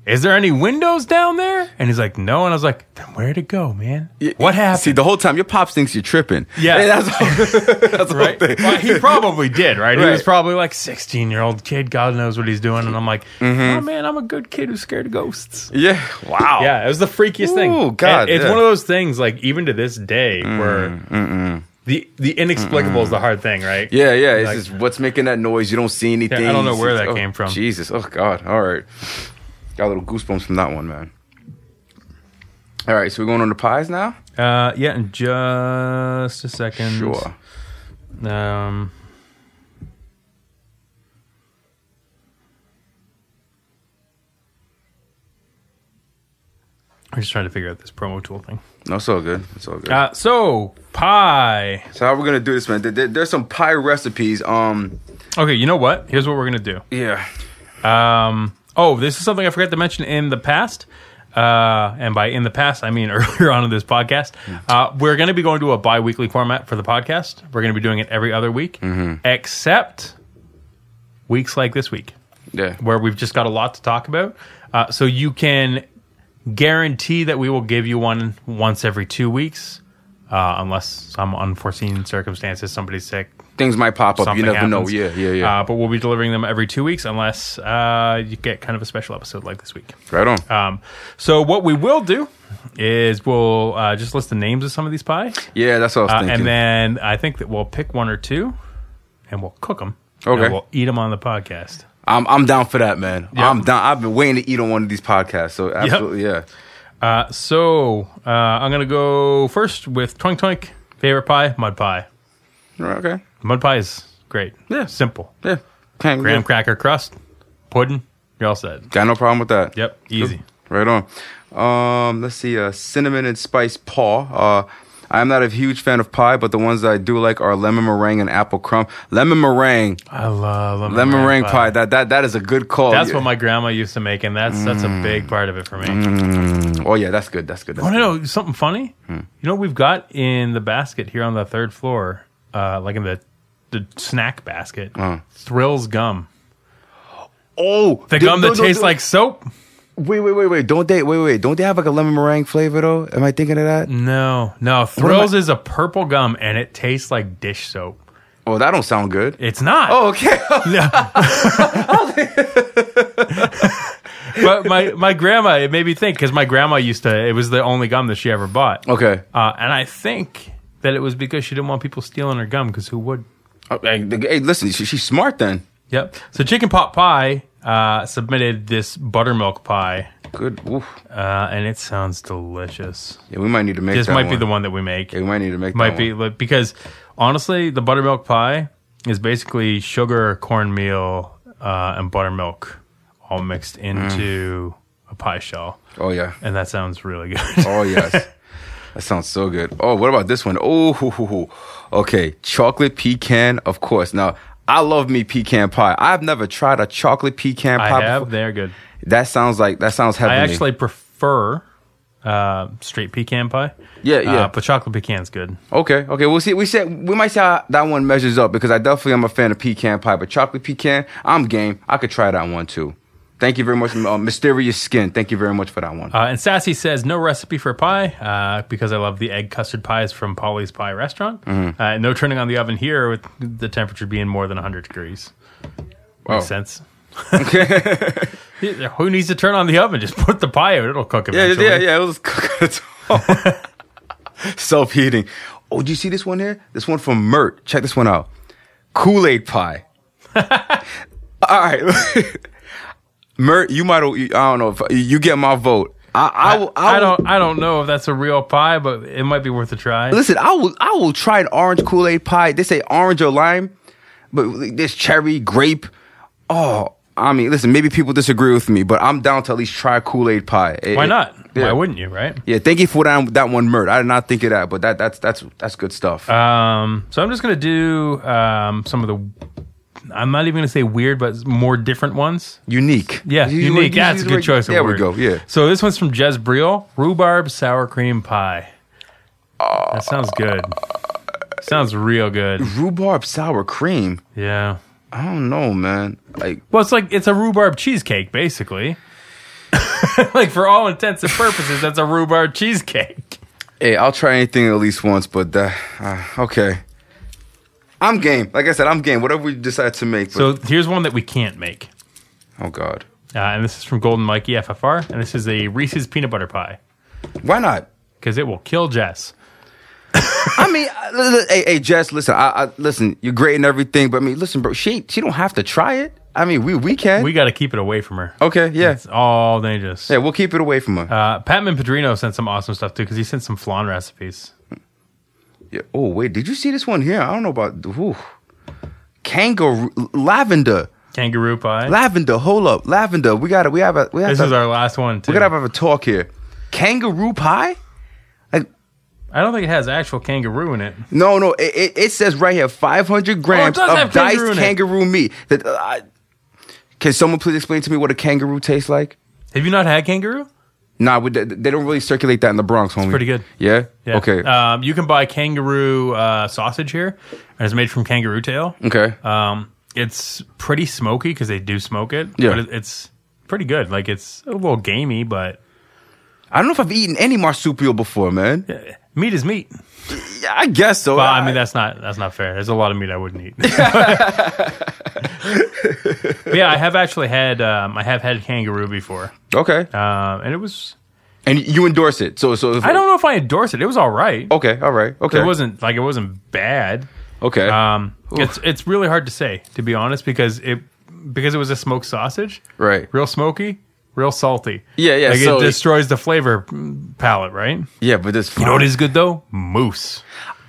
Speaker 1: Is there any windows down there? And he's like, No. And I was like, Then where'd it go, man?
Speaker 3: Y-
Speaker 1: What happened?
Speaker 3: See, the whole time your pops thinks you're tripping.
Speaker 1: Yeah.
Speaker 3: Hey, that's, that's
Speaker 1: right?
Speaker 3: The whole thing.
Speaker 1: Well, he probably did, right? He was
Speaker 3: Right.
Speaker 1: probably like 16 year old kid. God knows what he's doing. And I'm like, oh, man, I'm a good kid who's scared of ghosts.
Speaker 3: Yeah. Wow.
Speaker 1: Yeah, it was the freakiest thing.
Speaker 3: Ooh,
Speaker 1: And
Speaker 3: God,
Speaker 1: it's
Speaker 3: yeah.
Speaker 1: one of those things, like, even to this day, where the the inexplicable is the hard thing, right?
Speaker 3: Yeah, yeah. It's
Speaker 1: Like-
Speaker 3: just what's making that noise. You don't see anything.
Speaker 1: don't know where
Speaker 3: It's-
Speaker 1: that
Speaker 3: oh,
Speaker 1: came from.
Speaker 3: Jesus. Oh God. All right. Got a little goosebumps from that one, man. All right, so we're going on the pies now.
Speaker 1: Uh, yeah, in just a second.
Speaker 3: Sure.
Speaker 1: Um, I'm just trying to figure out this promo tool thing.
Speaker 3: No, it's all good. It's all good.
Speaker 1: Uh, so pie.
Speaker 3: so how we're gonna do this, man? There- there- there's some pie recipes. Um,
Speaker 1: Okay, you know what? Here's what we're gonna do.
Speaker 3: yeah.
Speaker 1: Um, oh, this is something I forgot to mention in the past. Uh, and by in the past, I mean earlier on in this podcast. Uh, we're going to be going to a bi weekly format for the podcast. We're going to be doing it every other week, except weeks like this week,
Speaker 3: Yeah.
Speaker 1: where we've just got a lot to talk about. Uh, so you can guarantee that we will give you one once every two weeks, uh, unless some unforeseen circumstances, somebody's sick,
Speaker 3: Things might pop up. You
Speaker 1: something
Speaker 3: never know.
Speaker 1: happens.
Speaker 3: Yeah, yeah, yeah.
Speaker 1: Uh, but we'll be delivering them every two weeks unless uh, you get kind of a special episode like this week.
Speaker 3: right on.
Speaker 1: Um, so what we will do is we'll uh, just list the names of some of these pies,
Speaker 3: yeah, that's what I was
Speaker 1: uh,
Speaker 3: thinking.
Speaker 1: and then I think that we'll pick one or two, and we'll cook them.
Speaker 3: Okay.
Speaker 1: we'll eat them on the podcast.
Speaker 3: I'm I'm down for that, man. I'm down. I've been waiting to eat on one of these podcasts. So absolutely, yeah.
Speaker 1: Uh, so uh, I'm gonna go first with Twink Twink favorite pie, mud pie.
Speaker 3: All right, okay.
Speaker 1: Mud pie is great.
Speaker 3: Yeah.
Speaker 1: simple.
Speaker 3: Yeah. Can't,
Speaker 1: Graham
Speaker 3: yeah.
Speaker 1: cracker crust, pudding. You're all set.
Speaker 3: Got no problem with that.
Speaker 1: Yep, easy.
Speaker 3: Right on. Um, let's see. Uh, cinnamon and spice paw. Uh, I'm not a huge fan of pie, but the ones that I do like are lemon meringue and apple crumb. Lemon meringue,
Speaker 1: I love lemon,
Speaker 3: lemon meringue pie.
Speaker 1: pie.
Speaker 3: That that that is a good call.
Speaker 1: Oh That's
Speaker 3: Oh, Yeah. Mm.
Speaker 1: what my grandma used to make, and that's that's a big part of it for me.
Speaker 3: Oh yeah, that's good. That's good. That's
Speaker 1: Want to
Speaker 3: good.
Speaker 1: know something funny?
Speaker 3: Hmm.
Speaker 1: You know what we've got in the basket here on the third floor, uh, like in the the snack basket, Thrills gum.
Speaker 3: Oh,
Speaker 1: The
Speaker 3: they-
Speaker 1: gum
Speaker 3: no,
Speaker 1: that
Speaker 3: no,
Speaker 1: tastes
Speaker 3: no.
Speaker 1: like soap.
Speaker 3: Wait, wait, wait, wait. Don't they? Wait, wait. Don't they have like a lemon meringue flavor though? Am I thinking of that?
Speaker 1: Mm. No, no.
Speaker 3: am
Speaker 1: Thrills is a purple gum, and it tastes like dish soap.
Speaker 3: Oh, that don't sound good.
Speaker 1: It's not.
Speaker 3: Oh, okay.
Speaker 1: but my my grandma, it made me think because my grandma used to. It was the only gum that she ever bought.
Speaker 3: okay.
Speaker 1: Uh, and I think that it was because she didn't want people stealing her gum because who would?
Speaker 3: Oh, Hey, the- hey, listen, she, she's smart then.
Speaker 1: Yep. So chicken pot pie uh, submitted this buttermilk pie,
Speaker 3: Good. Oof.
Speaker 1: uh, and it sounds delicious.
Speaker 3: Yeah, we might need to make
Speaker 1: This
Speaker 3: that
Speaker 1: might be
Speaker 3: one.
Speaker 1: the one that we make.
Speaker 3: Yeah, we might need to make
Speaker 1: might
Speaker 3: that
Speaker 1: be
Speaker 3: one.
Speaker 1: like, because honestly, the buttermilk pie is basically sugar, cornmeal, uh, and buttermilk all mixed into a pie shell,
Speaker 3: Oh yeah.
Speaker 1: and that sounds really good.
Speaker 3: Mm. Oh yes. that sounds so good. Oh, what about this one? Oh, hoo, hoo, hoo. okay. Chocolate pecan, of course. Now, I love me pecan pie. I've never tried a chocolate pecan pie.
Speaker 1: I have.
Speaker 3: Before.
Speaker 1: They're good.
Speaker 3: That sounds like that sounds
Speaker 1: I
Speaker 3: heavenly.
Speaker 1: actually prefer uh, straight pecan pie.
Speaker 3: Yeah,
Speaker 1: Uh,
Speaker 3: yeah.
Speaker 1: but chocolate pecan's good.
Speaker 3: Okay, okay. We'll see. We said we might see how that one measures up because I definitely am a fan of pecan pie, but chocolate pecan, I'm game. I could try that one too. Thank you very much, uh, Mysterious Skin. Thank you very much for that one.
Speaker 1: Uh, and Sassy says no recipe for pie uh, because I love the egg custard pies from Polly's Pie Restaurant.
Speaker 3: Mm-hmm.
Speaker 1: Uh, no turning on the oven here with the temperature being more than 100 degrees. Makes
Speaker 3: Oh.
Speaker 1: sense. Who needs to turn on the oven? Just put the pie out; it'll cook
Speaker 3: Yeah,
Speaker 1: eventually.
Speaker 3: yeah, yeah. It was self heating. Oh, do you see this one here? This one from Mert. Check this one out. Kool Aid pie. All right, Mert, you might. I don't know if you get my vote. I, I, will, I,
Speaker 1: I
Speaker 3: will-
Speaker 1: don't. I don't know if that's a real pie, but it might be worth a try.
Speaker 3: Listen, I will. I will try an orange Kool Aid pie. They say orange or lime, but there's cherry, grape. Oh, I mean, listen. Maybe people disagree with me, but I'm down to at least try Kool Aid pie. It-
Speaker 1: Why
Speaker 3: it-
Speaker 1: not?
Speaker 3: yeah.
Speaker 1: Why wouldn't you? Right.
Speaker 3: Yeah, thank you for that that one, Mert. I did not think of that, but that that's that's that's good stuff.
Speaker 1: Um, so I'm just gonna do um, some of the. I'm not even gonna say weird, but more different ones.
Speaker 3: unique.
Speaker 1: Yeah,
Speaker 3: You- you-
Speaker 1: unique.
Speaker 3: you-
Speaker 1: Yeah, That's a
Speaker 3: you-
Speaker 1: good choice. Of
Speaker 3: There
Speaker 1: word.
Speaker 3: we go. Yeah.
Speaker 1: So this one's from Jez Briel, rhubarb sour cream pie.
Speaker 3: Ah.
Speaker 1: That sounds good. Sounds real good.
Speaker 3: Rhubarb sour cream.
Speaker 1: Yeah.
Speaker 3: I don't know, man. Like,
Speaker 1: Well, it's like it's a rhubarb cheesecake, basically. like for all intents and purposes, that's a rhubarb cheesecake.
Speaker 3: hey, I'll try anything at least once, but that, uh, okay. I'm game. Like I said, I'm game. Whatever we decide to make. But,
Speaker 1: So here's one that we can't make,
Speaker 3: oh God,
Speaker 1: uh, and this is from Golden Mikey FFR, and this is a Reese's peanut butter pie
Speaker 3: why not?
Speaker 1: because it will kill Jess.
Speaker 3: I mean, I- li- li- hey, hey, Jess, listen. I, I listen. You're great and everything, but I mean, listen, bro. She she don't have to try it. I mean, we we can.
Speaker 1: We got to keep it away from her.
Speaker 3: okay, Oh, yeah,
Speaker 1: It's all dangerous.
Speaker 3: yeah. We'll keep it away from her.
Speaker 1: Uh, Patman Padrino sent some awesome stuff too because he sent some flan recipes.
Speaker 3: Yeah. Oh wait, did you see this one here? I don't know about whew. kangaroo lavender.
Speaker 1: Kangaroo pie.
Speaker 3: Lavender, hold up, lavender. We got to We have a. We have
Speaker 1: this
Speaker 3: to,
Speaker 1: is our last one too.
Speaker 3: We gotta have a talk here. Kangaroo pie?
Speaker 1: I don't think it has actual kangaroo in it.
Speaker 3: No, no. It, it, it says right here, 500 grams
Speaker 1: Oh, does have
Speaker 3: of diced
Speaker 1: kangaroo in it.
Speaker 3: kangaroo meat. That, uh, I- can someone please explain to me what a kangaroo tastes like?
Speaker 1: Have you not had kangaroo?
Speaker 3: Nah, we, they they don't really circulate that in the Bronx. Homie.
Speaker 1: pretty good.
Speaker 3: Yeah. Okay.
Speaker 1: Um, you can buy kangaroo uh, sausage here, and it's made from kangaroo tail.
Speaker 3: okay.
Speaker 1: Um, it's pretty smoky because they do smoke it.
Speaker 3: Yeah.
Speaker 1: But it, it's pretty good. Like it's a little gamey, but
Speaker 3: I don't know if I've eaten any marsupial before, man. Yeah,
Speaker 1: uh, meat is meat.
Speaker 3: I guess so.
Speaker 1: Well, I mean that's not that's not fair. There's a lot of meat I wouldn't eat. but yeah, I have actually had um, I have had kangaroo before,
Speaker 3: okay.
Speaker 1: um, and it was
Speaker 3: and you endorse it, so so. If,
Speaker 1: I don't know if I endorse it. It was all right.
Speaker 3: Okay. All right. Oh, Okay.
Speaker 1: It wasn't like it wasn't bad.
Speaker 3: Okay.
Speaker 1: Um, it's it's really hard to say to be honest because it because it was a smoked sausage,
Speaker 3: right.
Speaker 1: real smoky, real salty.
Speaker 3: Yeah, yeah,
Speaker 1: Like
Speaker 3: so
Speaker 1: it
Speaker 3: it-
Speaker 1: destroys the flavor mm, palette, right?
Speaker 3: Yeah, but this.
Speaker 1: You know what is good though? Moose.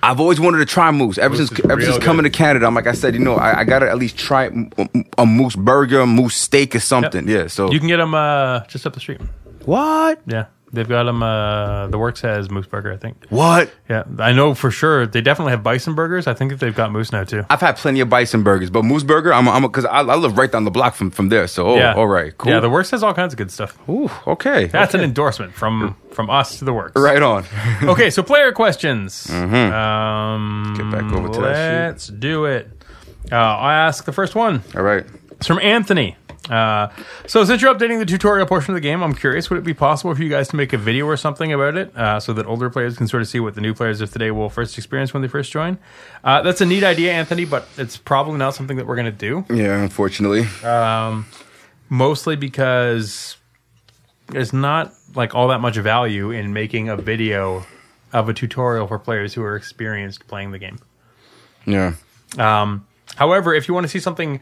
Speaker 3: I've always wanted to try moose. Ever
Speaker 1: Moose
Speaker 3: since
Speaker 1: is
Speaker 3: ever
Speaker 1: real
Speaker 3: since
Speaker 1: good.
Speaker 3: coming to Canada, I'm like I said, you know, I, I gotta at least try m- m- a moose burger, a moose steak, or something. Yeah. So
Speaker 1: You can get them uh, just up the street.
Speaker 3: what?
Speaker 1: Yeah. They've got them. Uh, the works has moose burger, I think.
Speaker 3: What?
Speaker 1: Yeah, I know for sure. They definitely have bison burgers. I think that they've got moose now too.
Speaker 3: I've had plenty of bison burgers, but Moose Burger, I'm, I'm, because I, I live right down the block from from there. So, oh,
Speaker 1: yeah.
Speaker 3: all right, cool.
Speaker 1: Yeah, the works has all kinds of good stuff.
Speaker 3: Ooh, okay.
Speaker 1: That's an endorsement from from us to the works.
Speaker 3: right on.
Speaker 1: okay, so player questions. Um,
Speaker 3: Get back over to that shit.
Speaker 1: let's do it. Uh, I ask the first one.
Speaker 3: all right.
Speaker 1: It's from Anthony. Uh, so since you're updating the tutorial portion of the game, I'm curious, would it be possible for you guys to make a video or something about it uh, so that older players can sort of see what the new players of today will first experience when they first join? Uh, that's a neat idea, Anthony, but it's probably not something that we're going to do,
Speaker 3: Yeah, unfortunately.
Speaker 1: mostly because there's not like all that much value in making a video of a tutorial for players who are experienced playing the game.
Speaker 3: yeah.
Speaker 1: However, if you want to see something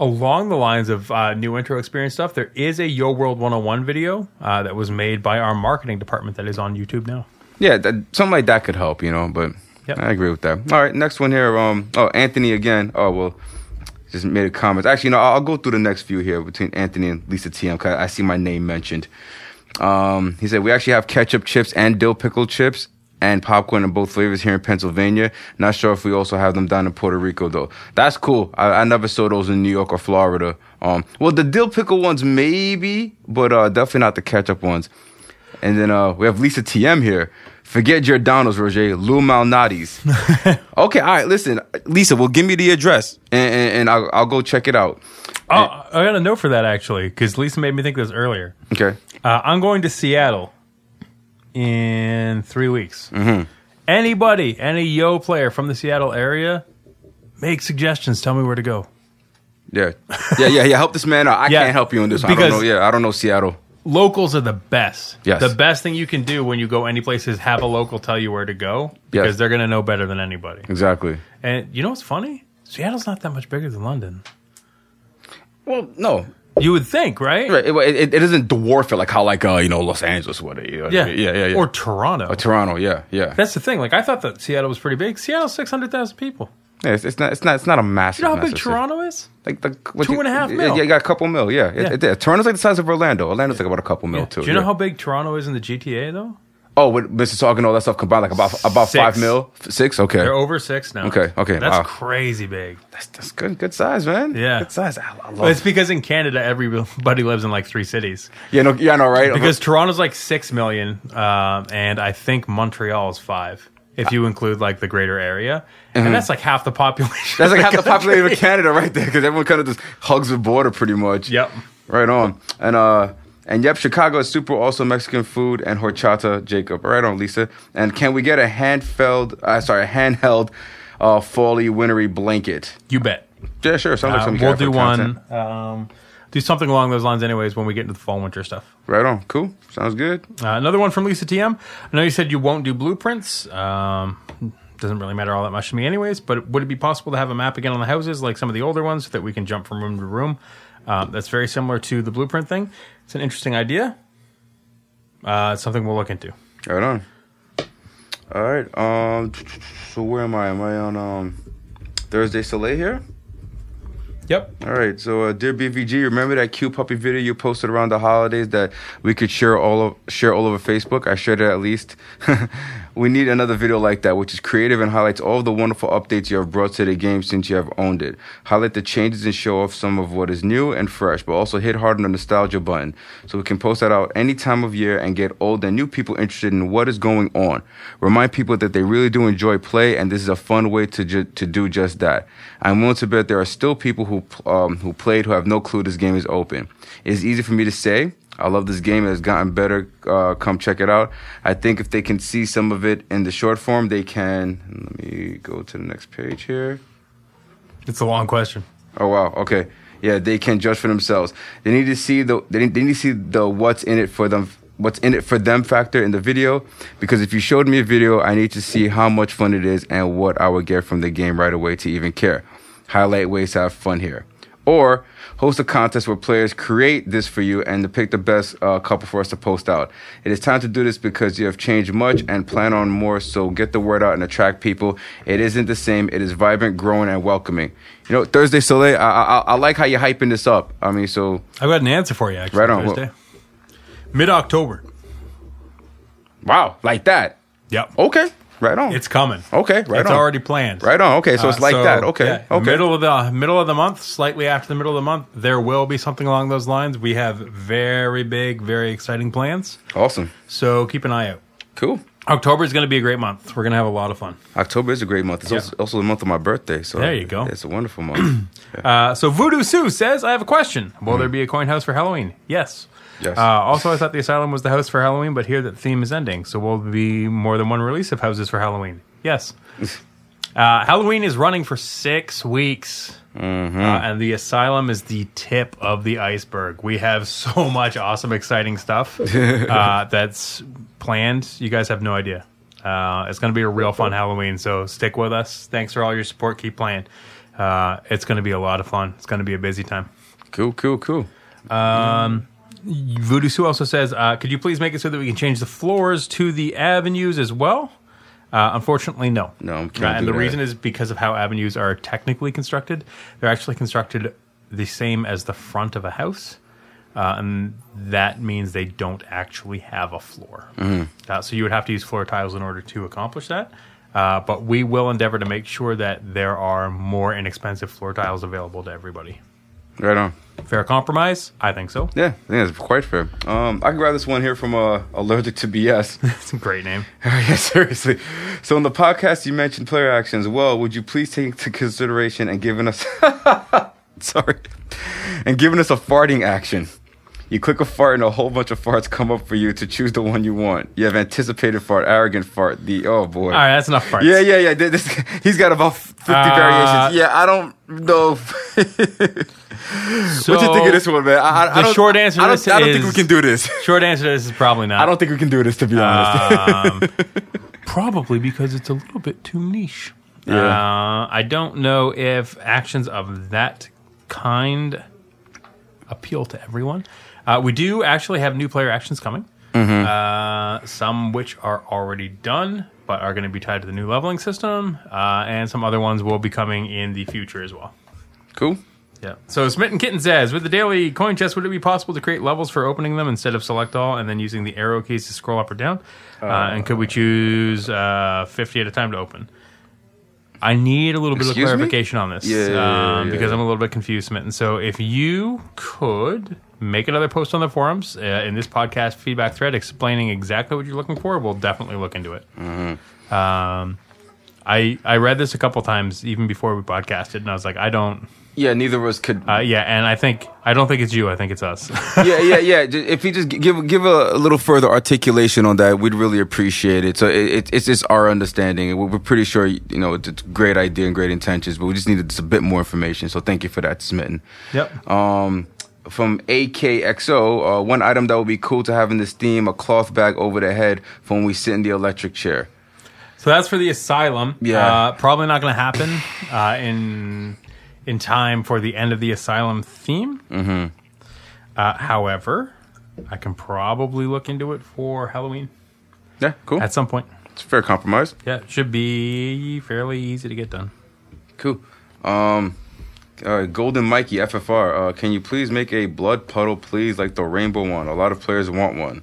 Speaker 1: along the lines of uh, new intro experience stuff, there is a Yo World 101 video uh, that was made by our marketing department that is on YouTube now.
Speaker 3: Yeah, that, something like that could help, you know, but
Speaker 1: Yep.
Speaker 3: I agree with that. All right, next one here. Um, oh, Anthony again. Oh, well, just made a comment. Actually, no, I'll I'll go through the next few here between Anthony and Lisa TM because I see my name mentioned. Um, he said, We actually have ketchup chips and dill pickle chips and popcorn in both flavors here in Pennsylvania. Not sure if we also have them down in Puerto Rico, though. That's cool. I, I never saw those in New York or Florida. Um, well, the dill pickle ones, maybe, but uh, definitely not the ketchup ones. And then uh, we have Lisa TM here. Forget Giordano's, Roger. Lou Malnati's. okay, all right, listen. Lisa, well, give me the address and, and, and I'll, I'll go check it out.
Speaker 1: Oh, I got a note for that actually, because Lisa made me think of this earlier.
Speaker 3: Okay.
Speaker 1: Uh, I'm going to Seattle in three weeks.
Speaker 3: Mm-hmm.
Speaker 1: Anybody, any Yo player from the Seattle area, make suggestions. Tell me where to go.
Speaker 3: Yeah. Yeah, yeah, yeah. Help this man out. I
Speaker 1: Yeah,
Speaker 3: can't help you on this. I
Speaker 1: because-
Speaker 3: don't know. Yeah, I don't know Seattle.
Speaker 1: locals are the best.
Speaker 3: Yes.
Speaker 1: The best thing you can do when you go any place is have a local tell you where to go because
Speaker 3: Yes.
Speaker 1: they're going to know better than anybody.
Speaker 3: Exactly.
Speaker 1: And you know what's funny? Seattle's not that much bigger than London.
Speaker 3: Well, no.
Speaker 1: You would think, right?
Speaker 3: Right. It, it, it doesn't dwarf it like how, like, uh, you know, Los Angeles would. You know what I
Speaker 1: Yeah.
Speaker 3: mean? yeah, Oh, yeah, yeah.
Speaker 1: Or Toronto.
Speaker 3: Toronto. Yeah, yeah.
Speaker 1: That's the thing. Like I thought that Seattle was pretty big. Seattle's 600,000 people.
Speaker 3: yeah it's, it's not. It's not. It's not a massive.
Speaker 1: You know how big
Speaker 3: massive city.
Speaker 1: Toronto is?
Speaker 3: Like the what
Speaker 1: Two
Speaker 3: you-
Speaker 1: and a half
Speaker 3: yeah,
Speaker 1: mil.
Speaker 3: Yeah, you got a couple mil. Yeah, It-
Speaker 1: Yeah.
Speaker 3: it- yeah. Toronto's like the size of Orlando. Orlando's like about a couple mil too.
Speaker 1: do you know
Speaker 3: Oh, yeah.
Speaker 1: how big Toronto is in the GTA though?
Speaker 3: Oh, with Mississauga and all that stuff combined, like about about
Speaker 1: Six.
Speaker 3: five mil, F- six. Okay,
Speaker 1: They're over 6 now.
Speaker 3: Okay, okay,
Speaker 1: That's
Speaker 3: wow.
Speaker 1: crazy big.
Speaker 3: that's, that's good. Good size, man.
Speaker 1: Yeah.
Speaker 3: good size. I, I
Speaker 1: Well, it's
Speaker 3: love.
Speaker 1: because in Canada everybody lives in like three cities.
Speaker 3: Yeah, no, yeah, no, right?
Speaker 1: Because Toronto's like six million, um, and I think Montreal is five, if you include like the greater area, and that's like half the population.
Speaker 3: Mm-hmm. that's like
Speaker 1: of
Speaker 3: half the
Speaker 1: country.
Speaker 3: population of Canada right there, because everyone kind of just hugs the border pretty much.
Speaker 1: Yep.
Speaker 3: Right on. And uh and yep, Chicago is super also Mexican food and horchata, Jacob. Right on, Lisa. And can we get a hand-felled, uh, sorry, a handheld uh folly wintery blanket?
Speaker 1: You bet.
Speaker 3: Yeah, sure. Sounds like
Speaker 1: Uh,
Speaker 3: some
Speaker 1: we'll
Speaker 3: Catholic
Speaker 1: do
Speaker 3: content.
Speaker 1: one. Um, do something along those lines, anyways, when we get into the fall winter stuff.
Speaker 3: Right on. Cool. Sounds good.
Speaker 1: Uh, another one from Lisa TM. I know you said you won't do blueprints. Um, doesn't really matter all that much to me, anyways. But would it be possible to have a map again on the houses, like some of the older ones, so that we can jump from room to room? Um, that's very similar to the blueprint thing. It's an interesting idea. Uh, it's something we'll look into.
Speaker 3: Right on. All right. Um so where am I? Am I on um Thursday Soleil here?
Speaker 1: Yep.
Speaker 3: All right, so uh, dear BVG, remember that cute puppy video you posted around the holidays that we could share all of, share all over Facebook? I shared it at least. we need another video like that, which is creative and highlights all the wonderful updates you have brought to the game since you have owned it. Highlight the changes and show off some of what is new and fresh, but also hit hard on the nostalgia button so we can post that out any time of year and get old and new people interested in what is going on. Remind people that they really do enjoy play, and this is a fun way to ju- to do just that. I'm willing to bet there are still people who um, who played who have no clue this game is open. It's easy for me to say. I love this game. It has gotten better. Uh, come check it out. I think if they can see some of it in the short form, they can. Let me go to the next page here.
Speaker 1: It's a long question.
Speaker 3: Oh wow. Okay. Yeah, they can judge for themselves. They need to see the they need, they need to see the what's in it for them what's in it for them factor in the video because if you showed me a video, I need to see how much fun it is and what I would get from the game right away to even care. Highlight ways to have fun here. Or host a contest where players create this for you and to pick the best uh, couple for us to post out. It is time to do this because you have changed much and plan on more, so get the word out and attract people. It isn't the same. It is vibrant, growing, and welcoming. You know, Thursday Soleil, I, I, I like how you're hyping this up. I mean, so
Speaker 1: I've got an answer for you, actually.
Speaker 3: Right on.
Speaker 1: Mid October.
Speaker 3: Wow, like that.
Speaker 1: Yep.
Speaker 3: Okay, right on.
Speaker 1: It's coming.
Speaker 3: Oh. Okay, right
Speaker 1: It's
Speaker 3: on.
Speaker 1: already planned.
Speaker 3: right on. Okay, so it's
Speaker 1: Uh,
Speaker 3: like
Speaker 1: so,
Speaker 3: that. Okay,
Speaker 1: yeah,
Speaker 3: okay.
Speaker 1: Middle of the middle of the month, slightly after the middle of the month, there will be something along those lines. We have very big, very exciting plans.
Speaker 3: Awesome.
Speaker 1: So keep an eye out.
Speaker 3: Cool.
Speaker 1: October is going to be a great month. We're going to have a lot of fun.
Speaker 3: October is a great month. It's
Speaker 1: Yeah.
Speaker 3: also, also the month of my birthday. So
Speaker 1: There you go.
Speaker 3: It's a wonderful month. Yeah. Mm-hmm.
Speaker 1: Uh, so Voodoo Sue says, "I have a question. Will there be a coin house for Halloween?" Yes.
Speaker 3: Yes.
Speaker 1: Uh, also, I thought the asylum was the house for Halloween, but here the theme is ending, so will there be more than one release of houses for Halloween? Yes. uh, Halloween is running for six weeks, uh, and the asylum is the tip of the iceberg. We have so much awesome, exciting stuff uh, that's planned. You guys have no idea. Uh, it's going to be a real fun Halloween, so stick with us. Thanks for all your support. Keep playing. Uh, it's going to be a lot of fun. It's going to be a busy time.
Speaker 3: Cool, cool, cool.
Speaker 1: Voodoo Sue also says, uh, could you please make it so that we can change the floors to the avenues as well? Uh, unfortunately, no.
Speaker 3: No, we can't
Speaker 1: Uh, and
Speaker 3: do
Speaker 1: the
Speaker 3: that.
Speaker 1: reason is because of how avenues are technically constructed. They're actually constructed the same as the front of a house, uh, and that means they don't actually have a floor.
Speaker 3: Mm-hmm.
Speaker 1: Uh, so you would have to use floor tiles in order to accomplish that. Uh, but we will endeavor to make sure that there are more inexpensive floor tiles available to everybody.
Speaker 3: Right on.
Speaker 1: Fair compromise? I think so.
Speaker 3: Yeah, I think that's quite fair. Um, I can grab this one here from uh, Allergic to BS.
Speaker 1: It's a great name.
Speaker 3: yeah, seriously. So on the podcast, you mentioned player actions. Well, would you please take into consideration and giving us, sorry, and giving us a farting action? You click a fart and a whole bunch of farts come up for you to choose the one you want. You have anticipated fart, arrogant fart, the oh boy.
Speaker 1: All right, that's enough farts.
Speaker 3: Yeah, yeah, yeah. Th- This, he's got about fifty
Speaker 1: Uh,
Speaker 3: variations. Yeah, I don't know.
Speaker 1: So,
Speaker 3: what you think of this one, man? I, I, I
Speaker 1: the
Speaker 3: don't,
Speaker 1: short answer
Speaker 3: I
Speaker 1: to
Speaker 3: don't,
Speaker 1: this
Speaker 3: I don't think
Speaker 1: is- Uh,
Speaker 3: we can do this.
Speaker 1: Short answer to this is probably not.
Speaker 3: I don't think we can do this, to be honest.
Speaker 1: probably because it's a little bit too niche.
Speaker 3: Yeah.
Speaker 1: Uh, I don't know if actions of that kind appeal to everyone. Uh, we do actually have new player actions coming, uh, some which are already done but are going to be tied to the new leveling system, uh, and some other ones will be coming in the future as well.
Speaker 3: cool.
Speaker 1: Yeah. So Smitten Kitten says, with the daily coin chest, would it be possible to create levels for opening them instead of select all and then using the arrow keys to scroll up or down? Uh, and could we choose uh, 50 at a time to open? I need a little bit
Speaker 3: Excuse me?
Speaker 1: of clarification on this
Speaker 3: Yeah, yeah, yeah,
Speaker 1: um,
Speaker 3: yeah,
Speaker 1: because
Speaker 3: yeah.
Speaker 1: I'm a little bit confused, Smitten. So if you could make another post on the forums uh, in this podcast feedback thread explaining exactly what you're looking for, we'll definitely look into it.
Speaker 3: Mm-hmm.
Speaker 1: Um, I I read this a couple times even before we podcasted, and I was like, I don't.
Speaker 3: Yeah, neither of us could.
Speaker 1: Uh, yeah, and I think I don't think it's you. I think it's us.
Speaker 3: yeah, yeah, yeah. Ju- If you just gi- give give a, a little further articulation on that, we'd really appreciate it. So it, it, it's just our understanding. and We're we're pretty sure you know it's a great idea and great intentions, but we just needed just a bit more information. So thank you for that, Smitten.
Speaker 1: yep.
Speaker 3: Um, from AKXO, uh, one item that would be cool to have in this theme: a cloth bag over the head for when we sit in the electric chair.
Speaker 1: So that's for the asylum.
Speaker 3: Yeah.
Speaker 1: Uh, probably not going to happen uh, in in time for the end of the asylum theme. Mm-hmm. Uh, however, I can probably look into it for Halloween
Speaker 3: Yeah, cool.
Speaker 1: at some point.
Speaker 3: That's a fair compromise.
Speaker 1: Yeah, it should be fairly easy to get done.
Speaker 3: Cool. Um, uh, Golden Mikey FFR, uh, can you please make a blood puddle, please, like the rainbow one? A lot of players want one.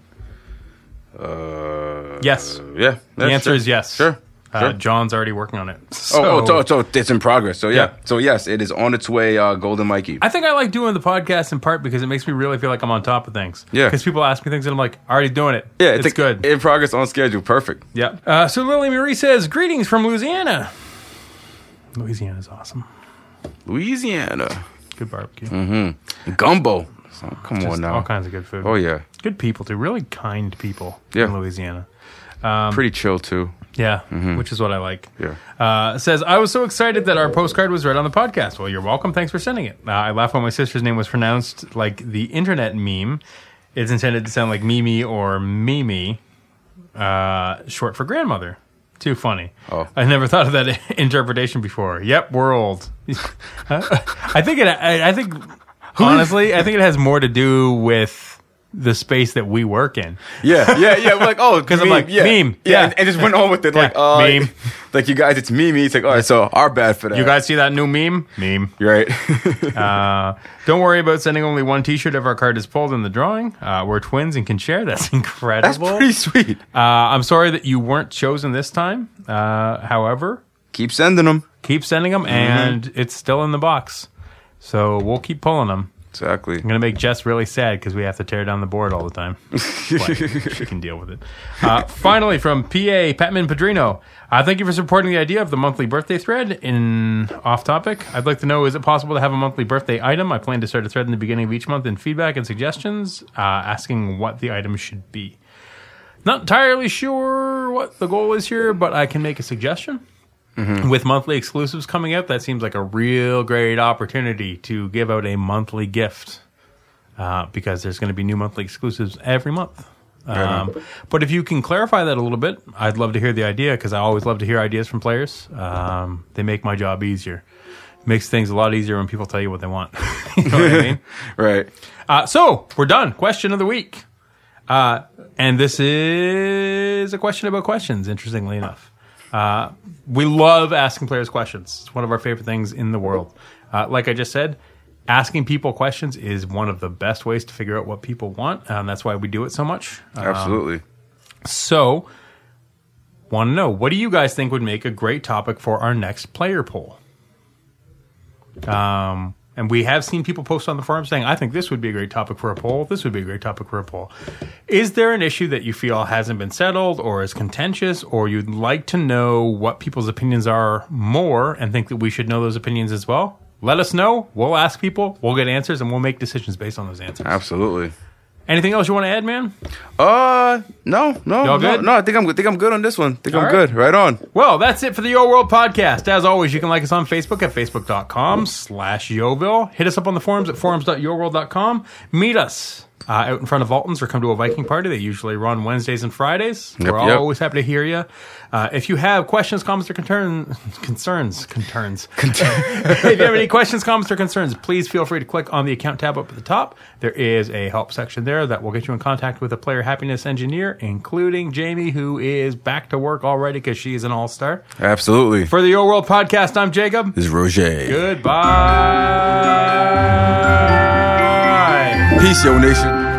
Speaker 3: Uh,
Speaker 1: Yes.
Speaker 3: Yeah.
Speaker 1: The answer is yes.
Speaker 3: Sure.
Speaker 1: Uh,
Speaker 3: sure.
Speaker 1: John's already working on it. So,
Speaker 3: oh, oh, so, so it's in progress. So yeah.
Speaker 1: Yeah.
Speaker 3: So yes, it is on its way. Uh, Golden Mikey.
Speaker 1: I think I like doing the podcast in part because it makes me really feel like I'm on top of things.
Speaker 3: Yeah.
Speaker 1: Because people ask me things and I'm like, already doing it.
Speaker 3: yeah,
Speaker 1: it's
Speaker 3: a-
Speaker 1: good.
Speaker 3: In progress on schedule. Perfect.
Speaker 1: Yeah. Uh, so Lily Marie says, "Greetings from Louisiana." Louisiana's awesome.
Speaker 3: Louisiana
Speaker 1: Good barbecue.
Speaker 3: Mm-hmm. gumbo. So, come
Speaker 1: Just
Speaker 3: on now.
Speaker 1: All kinds of good food.
Speaker 3: Oh yeah,
Speaker 1: Good people too. Really kind people
Speaker 3: Yeah.
Speaker 1: in Louisiana. Um,
Speaker 3: pretty chill too.
Speaker 1: Yeah.
Speaker 3: Mm-hmm.
Speaker 1: Which is what I like.
Speaker 3: Yeah.
Speaker 1: Uh, says, I was so excited that our postcard was read on the podcast. Well, you're welcome. Thanks for sending it. Uh, I laughed when my sister's name was pronounced like the internet meme. It's intended to sound like Mimi or Mimi, uh, short for grandmother. Too funny.
Speaker 3: Oh.
Speaker 1: I never thought of that interpretation before. Yep, world. I think it. I, I think honestly, I think it has more to do with the space that we work in.
Speaker 3: Yeah, yeah, yeah. We're like, oh, because
Speaker 1: I'm like,
Speaker 3: yeah,
Speaker 1: meme,
Speaker 3: yeah,
Speaker 1: yeah.
Speaker 3: And, and just went on with it, like,
Speaker 1: Yeah,
Speaker 3: uh,
Speaker 1: meme.
Speaker 3: like you guys, it's meme. It's like, all right, so our bad for that.
Speaker 1: You guys see that new meme? Meme.
Speaker 3: You're right?
Speaker 1: Uh, don't worry about sending only one T-shirt if our card is pulled in the drawing. Uh, we're twins and can share. That's
Speaker 3: That's
Speaker 1: incredible.
Speaker 3: pretty sweet.
Speaker 1: uh, I'm sorry that you weren't chosen this time. Uh, however,
Speaker 3: Keep sending them.
Speaker 1: keep sending
Speaker 3: Mm-hmm.
Speaker 1: them, and it's still in the box. So we'll keep pulling them.
Speaker 3: Exactly.
Speaker 1: I'm gonna make Jess really sad because we have to tear down the board all the time. But she can deal with it. Uh, finally, from PA Patman Padrino, uh, thank you for supporting the idea of the monthly birthday thread. In off topic, I'd like to know: Is it possible to have a monthly birthday item? I plan to start a thread in the beginning of each month in feedback and suggestions, uh, asking what the item should be. Not entirely sure what the goal is here, but I can make a suggestion with monthly exclusives coming up, that seems like a real great opportunity to give out a monthly gift uh, because there's going to be new monthly exclusives every month. Um, but if you can clarify that a little bit, I'd love to hear the idea because I always love to hear ideas from players. Um, they make my job easier. Makes things a lot easier when people tell you what they want. you know what I mean?
Speaker 3: Right.
Speaker 1: Uh, so we're done. Question of the week. Uh, and this is a question about questions, interestingly enough. Uh, we love asking players questions. It's one of our favorite things in the world. Uh, like I just said, asking people questions is one of the best ways to figure out what people want, and that's why we do it so much. Uh,
Speaker 3: Absolutely.
Speaker 1: so, want to know what do you guys think would make a great topic for our next player poll? Um, and we have seen people post on the forum saying, "I think this would be a great topic for a poll. This would be a great topic for a poll." Is there an issue that you feel hasn't been settled, or is contentious, or you'd like to know what people's opinions are more, and think that we should know those opinions as well? Let us know. We'll ask people. We'll get answers, and we'll make decisions based on those answers.
Speaker 3: Absolutely.
Speaker 1: Anything else you want to add, man?
Speaker 3: Uh, no, no,
Speaker 1: Y'all
Speaker 3: no,
Speaker 1: good?
Speaker 3: no. I think I'm good. Think I'm good on this one. Think
Speaker 1: All
Speaker 3: I'm
Speaker 1: right.
Speaker 3: good. Right on.
Speaker 1: Well, that's it for the Yo World podcast. As always, you can like us on Facebook at facebook.com slash Yoville. Hit us up on the forums at forums.yoworld.com. Meet us uh, out in front of Alton's or come to a Viking party. They usually run Wednesdays and Fridays. We're
Speaker 3: yep.
Speaker 1: always happy to hear you. Uh, if you have questions, comments, or concern, concerns, concerns, if you have any questions, comments, or concerns, please feel free to click on the account tab up at the top. There is a help section there that will get you in contact with a player happiness engineer, including Jamie, who is back to work already because she is an all star.
Speaker 3: Absolutely.
Speaker 1: For the Your World podcast, I'm Jacob.
Speaker 2: This is Roger.
Speaker 1: Goodbye.
Speaker 2: Peace, yo nation.